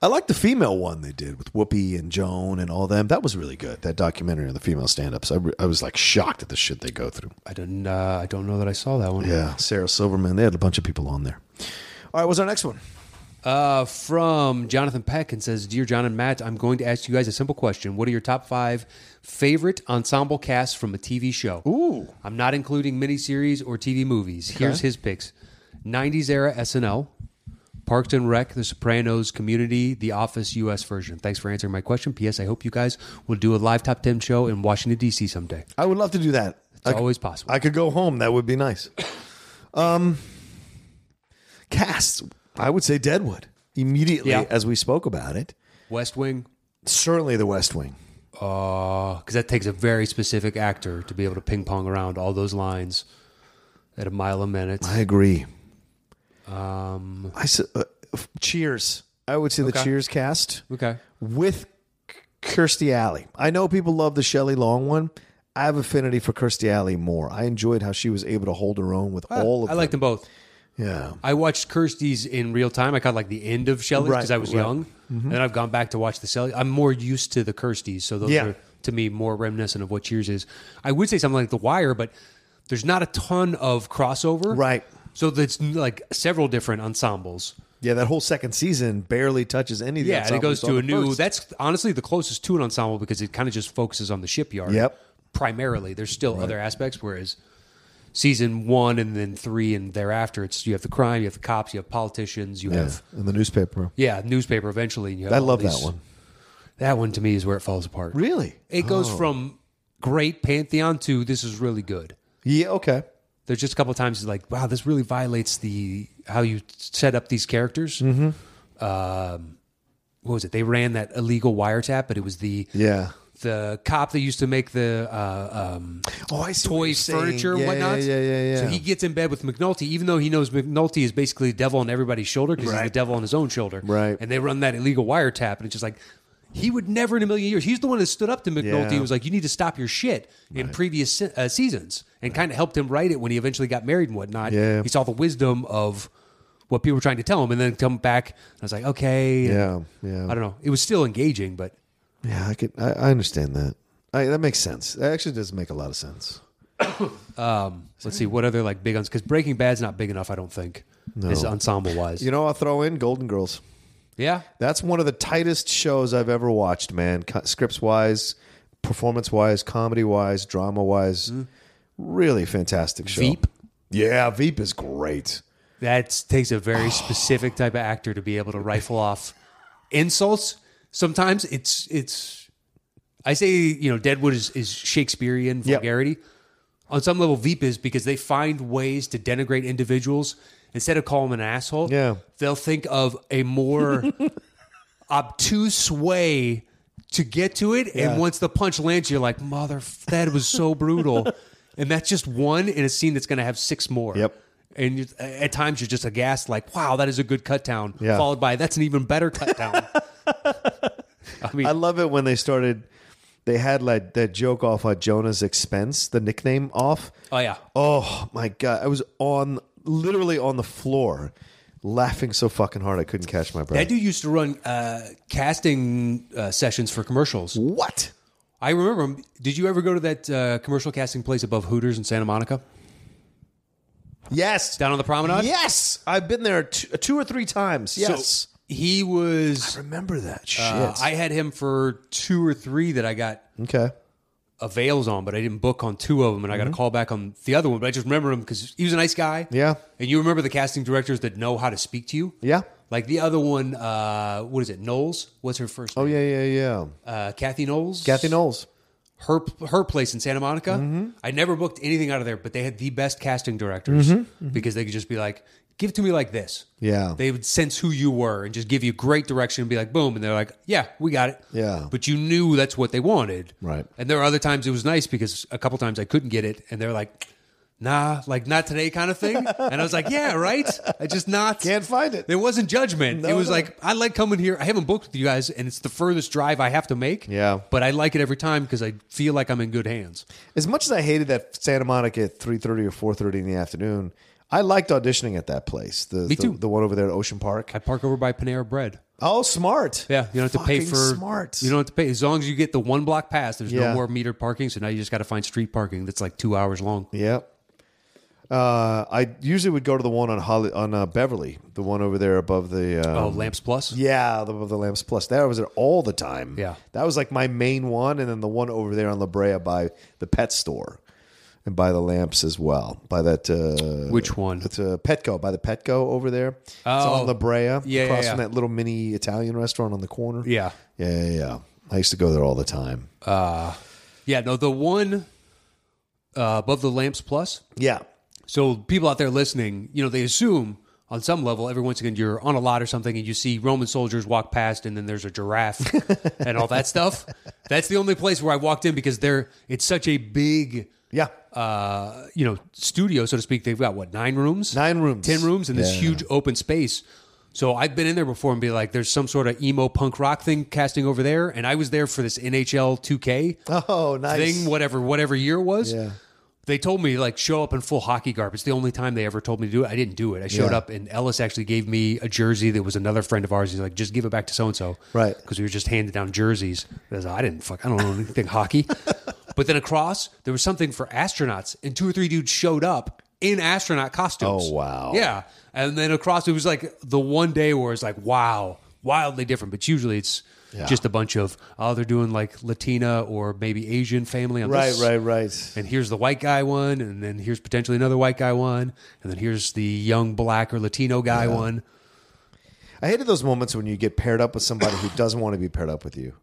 A: I like the female one they did with Whoopi and Joan and all them. That was really good. That documentary on the female stand-ups. I, re- I was like shocked at the shit they go through.
B: I didn't. Uh, I don't know that I saw that one.
A: Yeah, Sarah Silverman. They had a bunch of people on there. All right, what's our next one?
B: Uh, from Jonathan Peck and says, "Dear John and Matt, I'm going to ask you guys a simple question. What are your top five favorite ensemble casts from a TV show? Ooh, I'm not including miniseries or TV movies. Here's his picks: 90s era SNL, Parks and Rec, The Sopranos, Community, The Office U.S. version. Thanks for answering my question. P.S. I hope you guys will do a live top ten show in Washington D.C. someday.
A: I would love to do that.
B: It's always possible.
A: I could go home. That would be nice. Um, casts. I would say Deadwood immediately
B: Yeah.
A: as we spoke about it.
B: West Wing,
A: Certainly The West Wing.
B: because Uh, that takes a very specific actor to be able to ping pong around all those lines at a mile a minute.
A: I agree. Um, I s- uh, f- Cheers. I would say the
B: Okay.
A: Cheers cast
B: Okay.
A: with K- Kirstie Alley. I know people love the Shelley Long one. I have affinity for Kirstie Alley more. I enjoyed how she was able to hold her own with all of
B: Ah, I like them both.
A: them. Yeah.
B: I watched Kirstie's in real time. I caught like the end of Shelley's
A: Right,
B: because I was
A: right. Mm-hmm.
B: young, and then I've gone back to watch the Shelley. I'm more used to the Kirstie's, so those
A: Yeah.
B: are to me more reminiscent of what Cheers is. I would say something like The Wire, but there's not a ton of crossover,
A: Right.
B: So that's like several different ensembles.
A: Yeah, that whole second season barely touches any of the
B: Yeah, and it
A: ensembles
B: goes to
A: on
B: a
A: the
B: new.
A: first.
B: That's honestly the closest to an ensemble because it kind of just focuses on the shipyard.
A: Yep.
B: Primarily, there's still other aspects. Whereas season one and then three and thereafter, it's you have the crime, you have the cops, you have politicians, you
A: Yeah,
B: have
A: in the newspaper.
B: yeah newspaper. Eventually, and you have
A: I
B: all
A: love
B: these-
A: that one.
B: That one to me is where it falls apart.
A: Really?
B: it goes
A: Oh.
B: from great pantheon to this is really good.
A: Yeah, okay.
B: There's just a couple times it's like, wow, this really violates the how you set up these characters. Um, what was it? They ran that illegal wiretap, but it was the
A: Yeah.
B: the cop that used to make the uh, um,
A: Oh, I see. what you're
B: toys,
A: saying.
B: furniture, and
A: yeah,
B: whatnot.
A: Yeah, yeah, yeah, yeah.
B: So he gets in bed with McNulty, even though he knows McNulty is basically the devil on everybody's shoulder because he's the
A: Right.
B: devil on his own shoulder.
A: Right.
B: And they run that illegal wiretap, and it's just like he would never in a million years. He's the one that stood up to McNulty
A: Yeah.
B: and was like, "You need to stop your shit." In previous se- uh, seasons, and kind of helped him write it when he eventually got married and whatnot.
A: Yeah.
B: He saw the wisdom of. What people were trying to tell him, and then come back. And I was like, okay,
A: Yeah, yeah.
B: I don't know. It was still engaging, but
A: Yeah, I could. I, I understand that. I, that makes sense. That actually does make a lot of sense.
B: Let's see what other like big ones because Breaking Bad's not big enough. I don't think is ensemble wise.
A: You know, I'll throw in Golden Girls.
B: yeah,
A: That's one of the tightest shows I've ever watched, man. Scripts wise, performance wise, comedy wise, drama wise, really fantastic show.
B: Veep.
A: Yeah, Veep is great.
B: That takes a very specific type of actor to be able to rifle off insults. Sometimes it's it's. I say you know Deadwood is, is Shakespearean
A: Yep.
B: vulgarity. On some level, Veep is because they find ways to denigrate individuals instead of call them an asshole.
A: Yeah.
B: they'll think of
A: [laughs]
B: a more obtuse way to get to it.
A: Yeah.
B: And once the punch lands, you're like, mother, f- that was so brutal.
A: [laughs]
B: and that's just one in a scene that's going to have six more.
A: Yep.
B: And you, at times you're just aghast, like, wow, that is a good cut down.
A: Yeah.
B: Followed by, that's an even better
A: [laughs]
B: cut down. I mean,
A: I love it when they started. They had like that joke off at Jonah's expense, the nickname off.
B: oh, yeah.
A: Oh my god, I was on literally on the floor laughing so fucking hard I couldn't catch my breath.
B: That dude used to run uh, casting uh, sessions for commercials.
A: what?
B: I remember him. Did you ever go to that uh, commercial casting place above Hooters in Santa Monica?
A: Yes.
B: Down on the promenade?
A: Yes. I've been there two, two or three times.
B: So
A: Yes.
B: he was.
A: remember that shit.
B: uh, I had him for two or three that I got
A: okay.
B: avails on, but I didn't book on two of them, and I got a call back on the other one. But I just remember him because he was a nice guy.
A: Mm-hmm. Yeah.
B: And you remember the casting directors that know how to speak to you.
A: Yeah.
B: Like the other one, uh, what is it? Knowles. What's her first?
A: Oh
B: name?
A: yeah, yeah, yeah.
B: Uh, Kathy Knowles.
A: Kathy Knowles.
B: her her place in Santa Monica.
A: Mm-hmm.
B: I never booked anything out of there, but they had the best casting directors because they could just be like, "Give it to me like this."
A: Mm-hmm. Yeah.
B: they would sense who you were and just give you great direction and be like, "Boom!" And they're like, "Yeah, we got it."
A: Yeah.
B: but you knew that's what they wanted,
A: Right.
B: And there were other times it was nice because a couple times I couldn't get it, and they're like. Nah, like not today kind
A: [laughs]
B: of thing. And I was like, yeah, right? I just not.
A: Can't find it.
B: There wasn't judgment. it was
A: no.
B: like, I like coming here. I haven't booked with you guys, and it's the furthest drive I have to make.
A: Yeah.
B: But I like it every time because I feel like I'm in good hands.
A: As much as I hated that Santa Monica at three thirty or four thirty in the afternoon, I liked auditioning at that place. The, the-
B: Me too.
A: The, one over there at Ocean Park.
B: I park over by Panera Bread.
A: oh, smart.
B: Yeah, you don't have to pay
A: Fucking
B: for
A: smart.
B: You don't have to pay as long as you get the one block pass. There's
A: Yeah.
B: no more metered parking, so now you just got to find street parking that's like two hours long.
A: Yeah. Uh, I usually would go to the one on Holly on uh, Beverly, the one over there above the. Um,
B: Oh, Lamps Plus.
A: Yeah, the, the Lamps Plus. That was it all the time.
B: Yeah.
A: That was like my main one. And then the one over there on La Brea by the pet store and by the lamps as well. By that. Uh,
B: Which one?
A: It's a Petco, by the Petco over there. It's
B: Oh.
A: on La Brea. Yeah. Across
B: yeah, yeah.
A: from that little mini Italian restaurant on the corner.
B: Yeah,
A: Yeah, yeah, yeah. I used to go there all the time.
B: yeah. No, the one uh, above the Lamps Plus.
A: yeah.
B: So people out there listening, you know, they assume on some level every once again you're on a lot or something and you see Roman soldiers walk past and then there's
A: [laughs]
B: a giraffe and all that stuff. That's the only place where I walked in because they're it's such a big
A: Yeah.
B: uh, you know, studio, so to speak. They've got what, nine rooms?
A: Nine rooms.
B: Ten rooms and this huge open space. So I've been in there before and be like, there's some sort of emo punk rock thing casting over there. And I was there for this NHL 2K
A: [laughs] Oh, nice.
B: thing, whatever, whatever year it was.
A: Yeah.
B: They told me like show up in full hockey garb. It's the only time they ever told me to do it. I didn't do it. I showed
A: Yeah.
B: up and Ellis actually gave me a jersey that was another friend of ours. He's like, just give it back to so and so,
A: Right.
B: Because we were just handed down jerseys. I, was like, I didn't fuck. I don't know
A: [laughs]
B: anything hockey. But then across there was something for astronauts, and two or three dudes showed up in astronaut costumes.
A: Oh, wow.
B: Yeah, and then across it was like the one day where it's like wow, wildly different. But usually it's.
A: Yeah.
B: Just a bunch of oh, they're doing like Latina or maybe Asian family on
A: Right,
B: this
A: right, right.
B: and here's the white guy one, and then here's potentially another white guy one, and then here's the young black or Latino guy one.
A: I hated those moments when you get paired up with somebody who doesn't want to be paired up with you.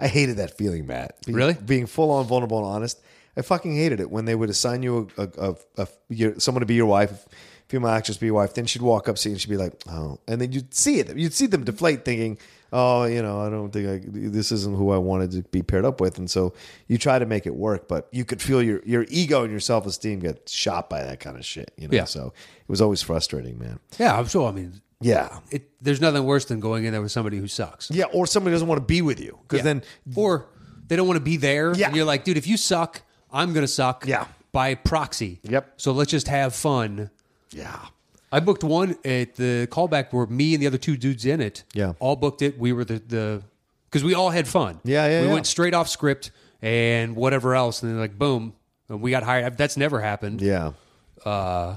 A: I hated that feeling, Matt. Being,
B: Really?
A: Being full on vulnerable and honest. I fucking hated it when they would assign you a, a, a, a- your, someone to be your wife, a female actress to be your wife. Then she'd walk up, see, and she'd be like, "Oh," and then you'd see it. You'd see them deflate, thinking, "Oh, you know, I don't think I, this isn't who I wanted to be paired up with." And so you try to make it work, but you could feel your your ego and your self esteem get shot by that kind of shit. You know,
B: Yeah.
A: so it was always frustrating, man.
B: Yeah, I'm so. I mean,
A: Yeah,
B: it, there's nothing worse than going in there with somebody who sucks.
A: Yeah, or somebody doesn't want to be with you because
B: Yeah.
A: then
B: or they don't want to be there.
A: Yeah.
B: and you're like, dude, if you suck, I'm gonna suck.
A: Yeah.
B: by proxy.
A: Yep.
B: So let's just have fun.
A: yeah,
B: I booked one at the callback where me and the other two dudes in it.
A: Yeah.
B: All booked it. We were the the because we all had fun.
A: Yeah, yeah,
B: We
A: yeah.
B: went straight off script and whatever else, and then like boom, and we got hired. That's never happened. uh,
A: yeah,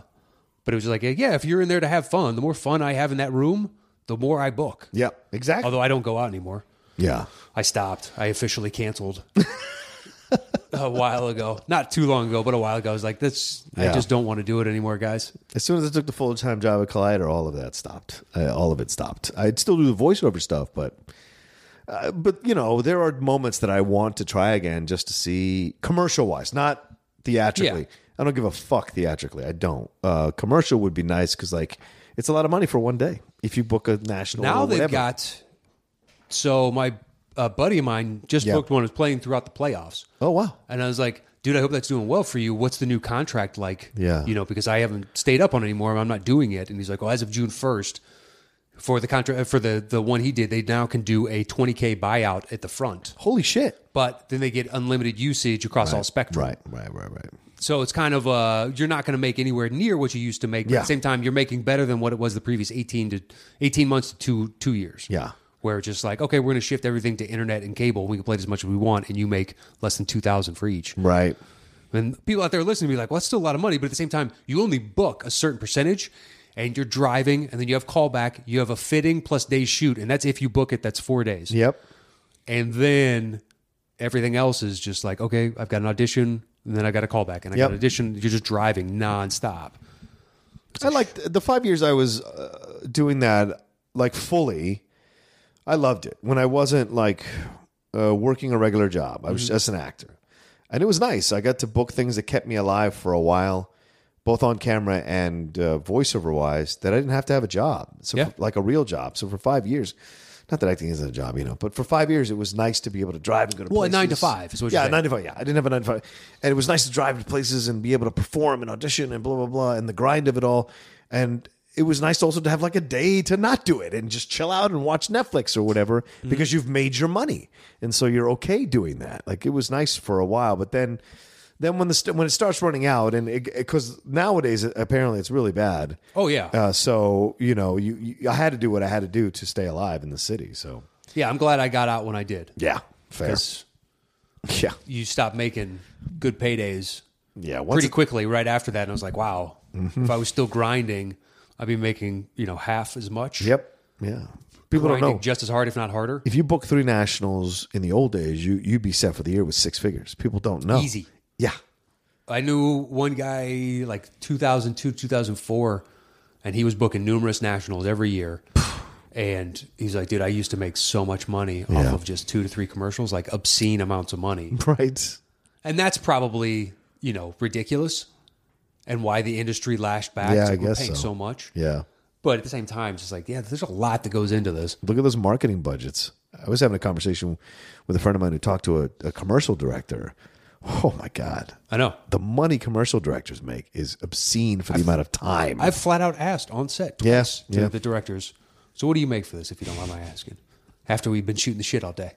B: But it was like, yeah, if you're in there to have fun, the more fun I have in that room, the more I book.
A: yeah, exactly.
B: Although I don't go out anymore.
A: yeah,
B: I stopped. I officially
A: [laughs]
B: canceled a while ago. Not too long ago, but a while ago. I was like, this, I
A: Yeah.
B: just don't want to do it anymore, guys.
A: as soon as I took the full time job at Collider, all of that stopped. I, all of it stopped. I'd still do the voiceover stuff, but uh, but you know, there are moments that I want to try again just to see commercial wise, not theatrically.
B: Yeah.
A: I don't give a fuck theatrically. I don't. Uh, commercial would be nice because like it's a lot of money for one day if you book a national.
B: now
A: or
B: they've
A: whatever.
B: got so my uh, buddy of mine just
A: Yeah.
B: booked one was playing throughout the playoffs
A: oh wow
B: and i was like dude i hope that's doing well for you what's the new contract like
A: Yeah.
B: you know because i haven't stayed up on it anymore i'm not doing it and he's like well as of june 1st for the contract for the the one he did they now can do a 20k buyout at the front
A: holy shit
B: but then they get unlimited usage across all spectrum
A: right right right.
B: So it's kind of uh, you're not going to make anywhere near what you used to make. But
A: Yeah.
B: At the same time, you're making better than what it was the previous 18 to 18 months to two two years.
A: Yeah.
B: Where it's just like, okay, we're going to shift everything to internet and cable. We can play it as much as we want, and you make less than two thousand for each.
A: Right.
B: And people out there listening be like, well, that's still a lot of money. But at the same time, you only book a certain percentage and you're driving and then you have callback, you have a fitting plus day shoot. And that's if you book it, that's four days.
A: Yep.
B: And then everything else is just like, okay, I've got an audition and then I got a callback and
A: Yep.
B: I got an audition. You're just driving nonstop.
A: I like the five years I was uh, doing that, like fully. I loved it when I wasn't like uh, working a regular job. I was
B: Mm-hmm.
A: just an actor, and it was nice. I got to book things that kept me alive for a while, both on camera and uh, voiceover wise. That I didn't have to have a job, so
B: Yeah.
A: for- like a real job. So for five years. Not that acting isn't a job, you know, but for five years it was nice to be able to drive and go to
B: Well, a
A: places.
B: nine to five is what you're
A: yeah,
B: saying.
A: nine to five. Yeah, I didn't have a nine to five, and it was nice to drive to places and be able to perform and audition and blah blah blah and the grind of it all. And it was nice also to have like a day to not do it and just chill out and watch Netflix or whatever because you've made your money and so you're okay doing that. Like it was nice for a while, but then then when the st- when it starts running out and because nowadays apparently it's really bad.
B: Oh, yeah.
A: Uh, so you know you, you I had to do what I had to do to stay alive in the city. So
B: yeah, I'm glad I got out when I did.
A: yeah, fair.
B: 'Cause
A: [laughs] Yeah,
B: You stop making good paydays
A: yeah. Once
B: pretty
A: it- Mm-hmm.
B: quickly right after that. And I was like, wow, if I was still grinding, I'd be making, you know, half as much.
A: Yep. Yeah. People don't
B: Grinding
A: know.
B: just as hard, if not harder.
A: If you book three nationals in the old days, you you'd be set for the year with six figures. People don't know.
B: Easy.
A: Yeah. [laughs]
B: I knew one guy like 2002, 2004, and he was booking numerous nationals every year. And he's like, dude, I used to make so much money off of just two to three commercials, like obscene amounts of money.
A: Right.
B: And that's probably, you know, ridiculous and why the industry lashed back.
A: Yeah,
B: It's
A: I
B: like, we're
A: guess
B: paying
A: so.
B: so much.
A: Yeah.
B: But at the same time, it's just like, yeah, there's a lot that goes into this.
A: Look at those marketing budgets. I was having a conversation with a friend of mine who talked to a, a commercial director. Oh my God.
B: I know.
A: The money commercial directors make is obscene for the amount of time.
B: I've flat out asked on set twice
A: Yes,
B: to
A: yeah.
B: the directors, so what do you make for this if you don't mind my asking? After we've been shooting the shit
A: [laughs]
B: all day.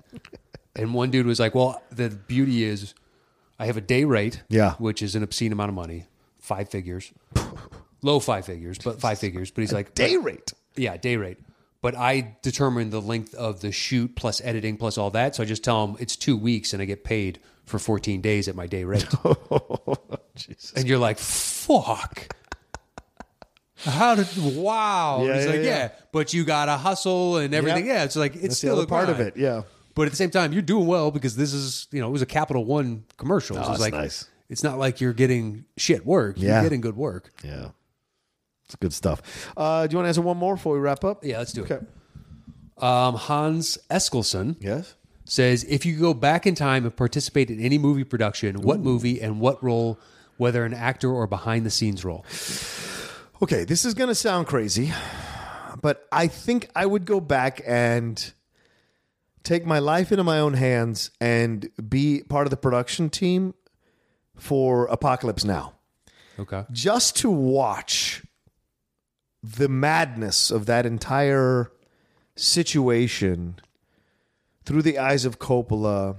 B: And one dude was like, Well, the beauty is I have a day rate,
A: Yeah.
B: which is an obscene amount of money, five
A: [laughs]
B: figures. Low five figures, but five figures. But he's like
A: day rate.
B: yeah, day rate. But I determine the length of the shoot plus editing plus all that. So I just tell them it's two weeks and I get paid for 14 days at my
A: [laughs]
B: day rate.
A: Oh,
B: And you're like, fuck. How did, wow. And
A: Yeah,
B: he's
A: yeah,
B: like, yeah.
A: yeah.
B: but you got to hustle and everything.
A: Yeah.
B: Yeah, it's like, it's
A: That's the
B: still
A: other
B: a
A: part of
B: grind.
A: it. Yeah.
B: But at the same time, you're doing well because this is, you know, it was a Capital One commercial. so it's
A: Oh, that's
B: like,
A: nice.
B: it's not like you're getting shit work.
A: Yeah.
B: You're getting good work.
A: Yeah. It's good stuff. Uh, do you want to answer one more before we wrap up?
B: Yeah, let's do
A: Okay.
B: it. Um, Hans Eskelsen.
A: Yes.
B: says if you could go back in time and participate in any movie production, what movie and what role, whether an actor or behind the scenes role?
A: Okay, this is going to sound crazy, but I think I would go back and take my life into my own hands and be part of the production team for Apocalypse Now.
B: Okay.
A: Just to watch the madness of that entire situation through the eyes of Coppola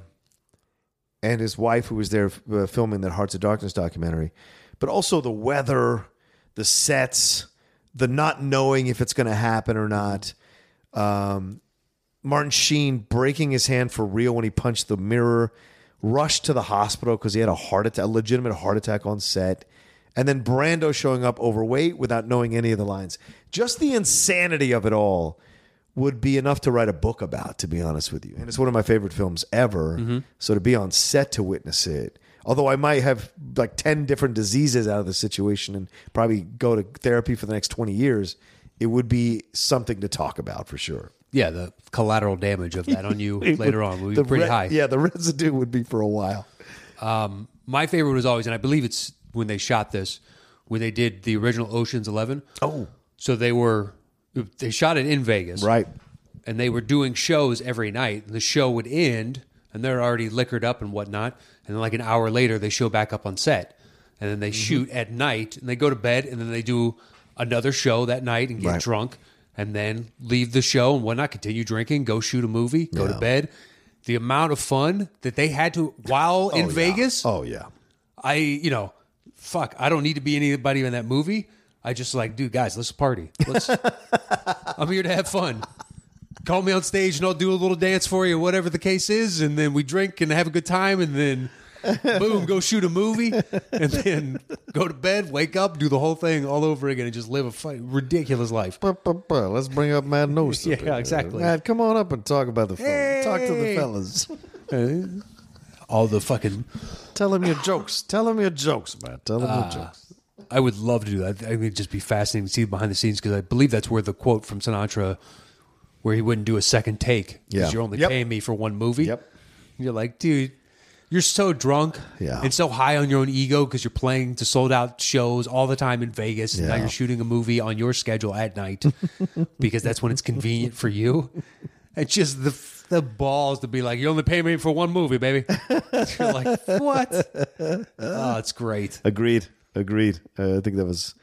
A: and his wife, who was there uh, filming that Hearts of Darkness documentary, but also the weather, the sets, the not knowing if it's going to happen or not. Um, Martin Sheen breaking his hand for real when he punched the mirror, rushed to the hospital because he had a heart attack, a legitimate heart attack on set. And then Brando showing up overweight without knowing any of the lines. Just the insanity of it all would be enough to write a book about, to be honest with you. And it's one of my favorite films ever. So to be on set to witness it, although I might have like 10 different diseases out of the situation and probably go to therapy for the next 20 years, it would be something to talk about for sure.
B: Yeah, the collateral damage of that
A: [laughs]
B: on you later on will be
A: The
B: pretty
A: re-
B: high.
A: Yeah, the residue would be for a while.
B: My favorite was always, and I believe it's when they shot this, when they did the original Ocean's Eleven.
A: Oh,
B: So they were, they shot it in Vegas.
A: right.
B: and they were doing shows every night. The show would end, and they're already liquored up and whatnot. And then, like an hour later, they show back up on set, and then they
A: Mm-hmm.
B: shoot at night, and they go to bed, and then they do another show that night and get
A: Right.
B: drunk, and then leave the show and whatnot. Continue drinking, go shoot a movie, go to bed. The amount of fun that they had to while in
A: Oh, yeah.
B: Vegas,
A: Oh yeah.
B: I you know fuck, I don't need to be anybody in that movie. I just like, dude, guys, let's party. Let's, [laughs] I'm here to have fun. Call me on stage and I'll do a little dance for you, whatever the case is, and then we drink and have a good time, and then boom, go shoot a movie, and then go to bed, wake up, do the whole thing all over again, and just live a fu- ridiculous life.
A: Buh, buh, buh. Let's bring up Matt Nosa.
B: [laughs] Yeah, exactly.
A: Matt, come on up and talk about the film. Talk to the
B: Hey. [laughs]
A: fellas.
B: All the fucking
A: Tell him your jokes. Tell him your jokes, Matt. Tell him
B: Ah.
A: your jokes.
B: I would love to do that. I mean, it'd just be fascinating to see behind the scenes because I believe that's where the quote from Sinatra, where he wouldn't do a second take because
A: Yeah.
B: you're only
A: Yep.
B: paying me for one movie.
A: Yep.
B: You're like, dude, you're so drunk
A: Yeah.
B: and so high on your own ego because you're playing to sold out shows all the time in Vegas. And now
A: Yeah.
B: you're shooting a movie on your schedule at night [laughs] because that's when it's convenient for you. It's just the the balls to be like, you only pay me for one movie, baby. [laughs] you're like, what?
A: [laughs]
B: Oh, it's great.
A: Agreed. Agreed. Uh, I think that was.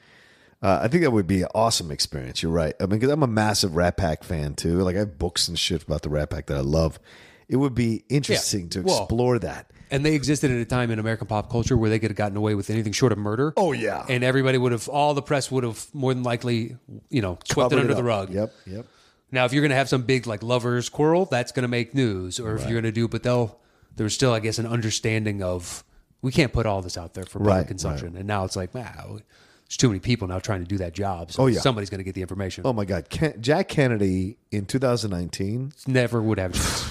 A: Uh, I think that would be an awesome experience. You're right. I mean, because I'm a massive Rat Pack fan too. Like I have books and shit about the Rat Pack that I love. It would be interesting to
B: Well-
A: explore that.
B: And they existed at a time in American pop culture where they could have gotten away with anything short of murder.
A: Oh, yeah.
B: And everybody would have, all the press would have more than likely, you know, swept
A: Covered
B: it under
A: up.
B: the rug.
A: Yep. Yep.
B: Now, if you're going to have some big like lovers quarrel, that's going to make news. Or if you're going to do, but they'll there was still, I guess, an understanding of we can't put all this out there for public
A: Right, right.
B: consumption. And now it's like, wow, there's too many people now trying to do that job. So
A: Oh, yeah.
B: somebody's going to get the information.
A: Oh my God, Ken- Jack Kennedy in 2019.
B: Never would have a chance.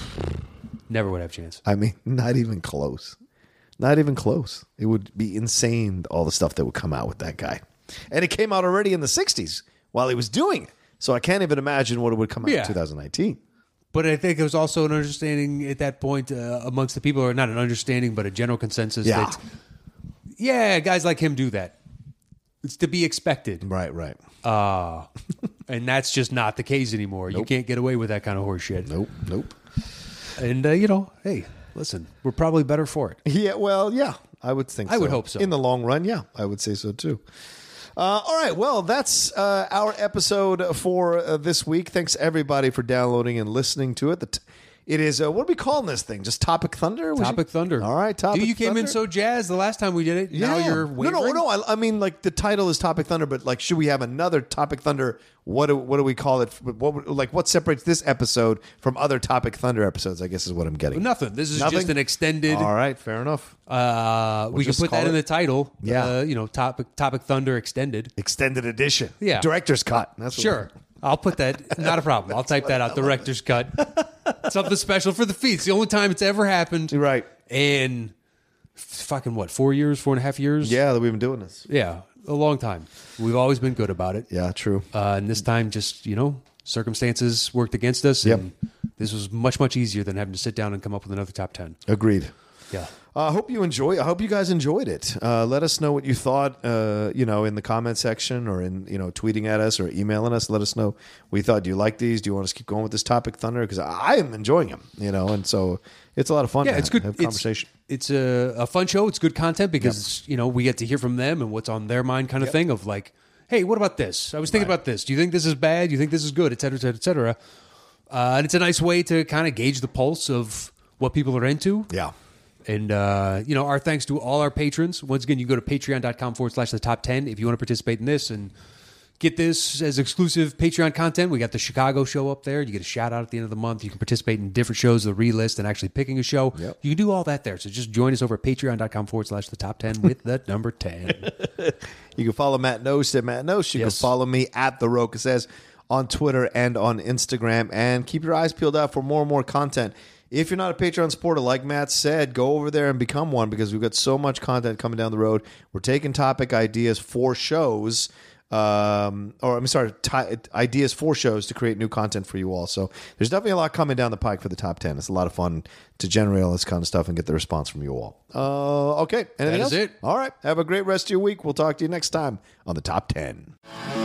B: Never would have a chance.
A: I mean, [laughs] not even close. Not even close. It would be insane all the stuff that would come out with that guy. And it came out already in the 60s while he was doing it. So I can't even imagine what it would come out
B: Yeah.
A: in 2019.
B: But I think it was also an understanding at that point uh, amongst the people, or not an understanding, but a general consensus
A: Yeah.
B: that, yeah, guys like him do that. It's to be expected.
A: Right, right. Ah.
B: [laughs] And that's just not the case anymore. You can't get away with that kind of horse shit.
A: Nope, nope.
B: And, uh, you know, hey, listen, we're probably better for it.
A: Yeah, well, yeah, I would think
B: I
A: so.
B: would hope so.
A: In the long run, yeah, I would say so too. Uh, all right, well, that's uh, our episode for uh, this week. Thanks everybody for downloading and listening to it. The t- it is uh, what are we calling this thing? Just Topic Thunder? We should-
B: Topic Thunder.
A: All right, Topic
B: Dude, you came in
A: Thunder.
B: so jazzed the last time we did it. Now you're wavering.
A: No, no, no. I, I mean, like the title is Topic Thunder, but like, should we have another Topic Thunder? What do, what do we call it? What would- like what separates this episode from other Topic Thunder episodes? I guess is what I'm getting.
B: Nothing. This is
A: Nothing?
B: just an extended.
A: All right, fair enough.
B: Uh, we can
A: just
B: put
A: call
B: that in
A: it-
B: the title.
A: Yeah.
B: Uh, you know, topic topic thunder extended.
A: Extended edition.
B: Yeah.
A: director's cut. That's what-
B: Sure. I'll put that. Not a problem. I'll type that out. Director's cut. Something special for the feet. It's the only time it's ever happened.
A: You're right.
B: And fucking what? Four years? Four and a half years?
A: Yeah, that we've been doing this.
B: Yeah. A long time. We've always been good about it.
A: Yeah, true.
B: Uh, and this time, just you know, circumstances worked against us.
A: Yep.
B: And this was much much easier than having to sit down and come up with another top ten.
A: Agreed.
B: Yeah.
A: I hope you enjoy. I hope you guys enjoyed it. Uh, let us know what you thought. Uh, you know, in the comment section or in you know tweeting at us or emailing us. Let us know what you thought. Do you like these? Do you want us to keep going with this topic thunder? Because I am enjoying them. You know, and so it's a lot of fun.
B: Yeah,
A: to
B: it's
A: have-
B: good.
A: Have
B: it's-
A: conversation.
B: It's, a, a fun show. It's good content because you know we get to hear from them and what's on their mind, kind of thing. Of like, hey, what about this? I was thinking about this. Do you think this is bad? Do you think this is good? Et cetera, et cetera, et cetera. Uh, and it's a nice way to kind of gauge the pulse of what people are into.
A: Yeah.
B: And, uh, you know, our thanks to all our patrons. Once again, you go to patreon.com forward slash the top 10 if you want to participate in this and get this as exclusive Patreon content. We got the Chicago show up there. You get a shout out at the end of the month. You can participate in different shows, the relist, and actually picking a show.
A: Yep.
B: You can do all that there. So just join us over at patreon.com forward slash the top 10 with the number 10.
A: You can follow Matt Nose at Matt Nose. You
B: Yes.
A: can follow me at The Roca Says on Twitter and on Instagram. And keep your eyes peeled out for more and more content. If you're not a Patreon supporter, like Matt said, go over there and become one because we've got so much content coming down the road. We're taking topic ideas for shows. Um, or I'm sorry, ti ideas for shows to create new content for you all. So there's definitely a lot coming down the pike for the top ten. It's a lot of fun to generate all this kind of stuff and get the response from you all. Uh, okay, anything
B: That
A: else?
B: is it.
A: All right. Have a great rest of your week. We'll talk to you next time on the top 10.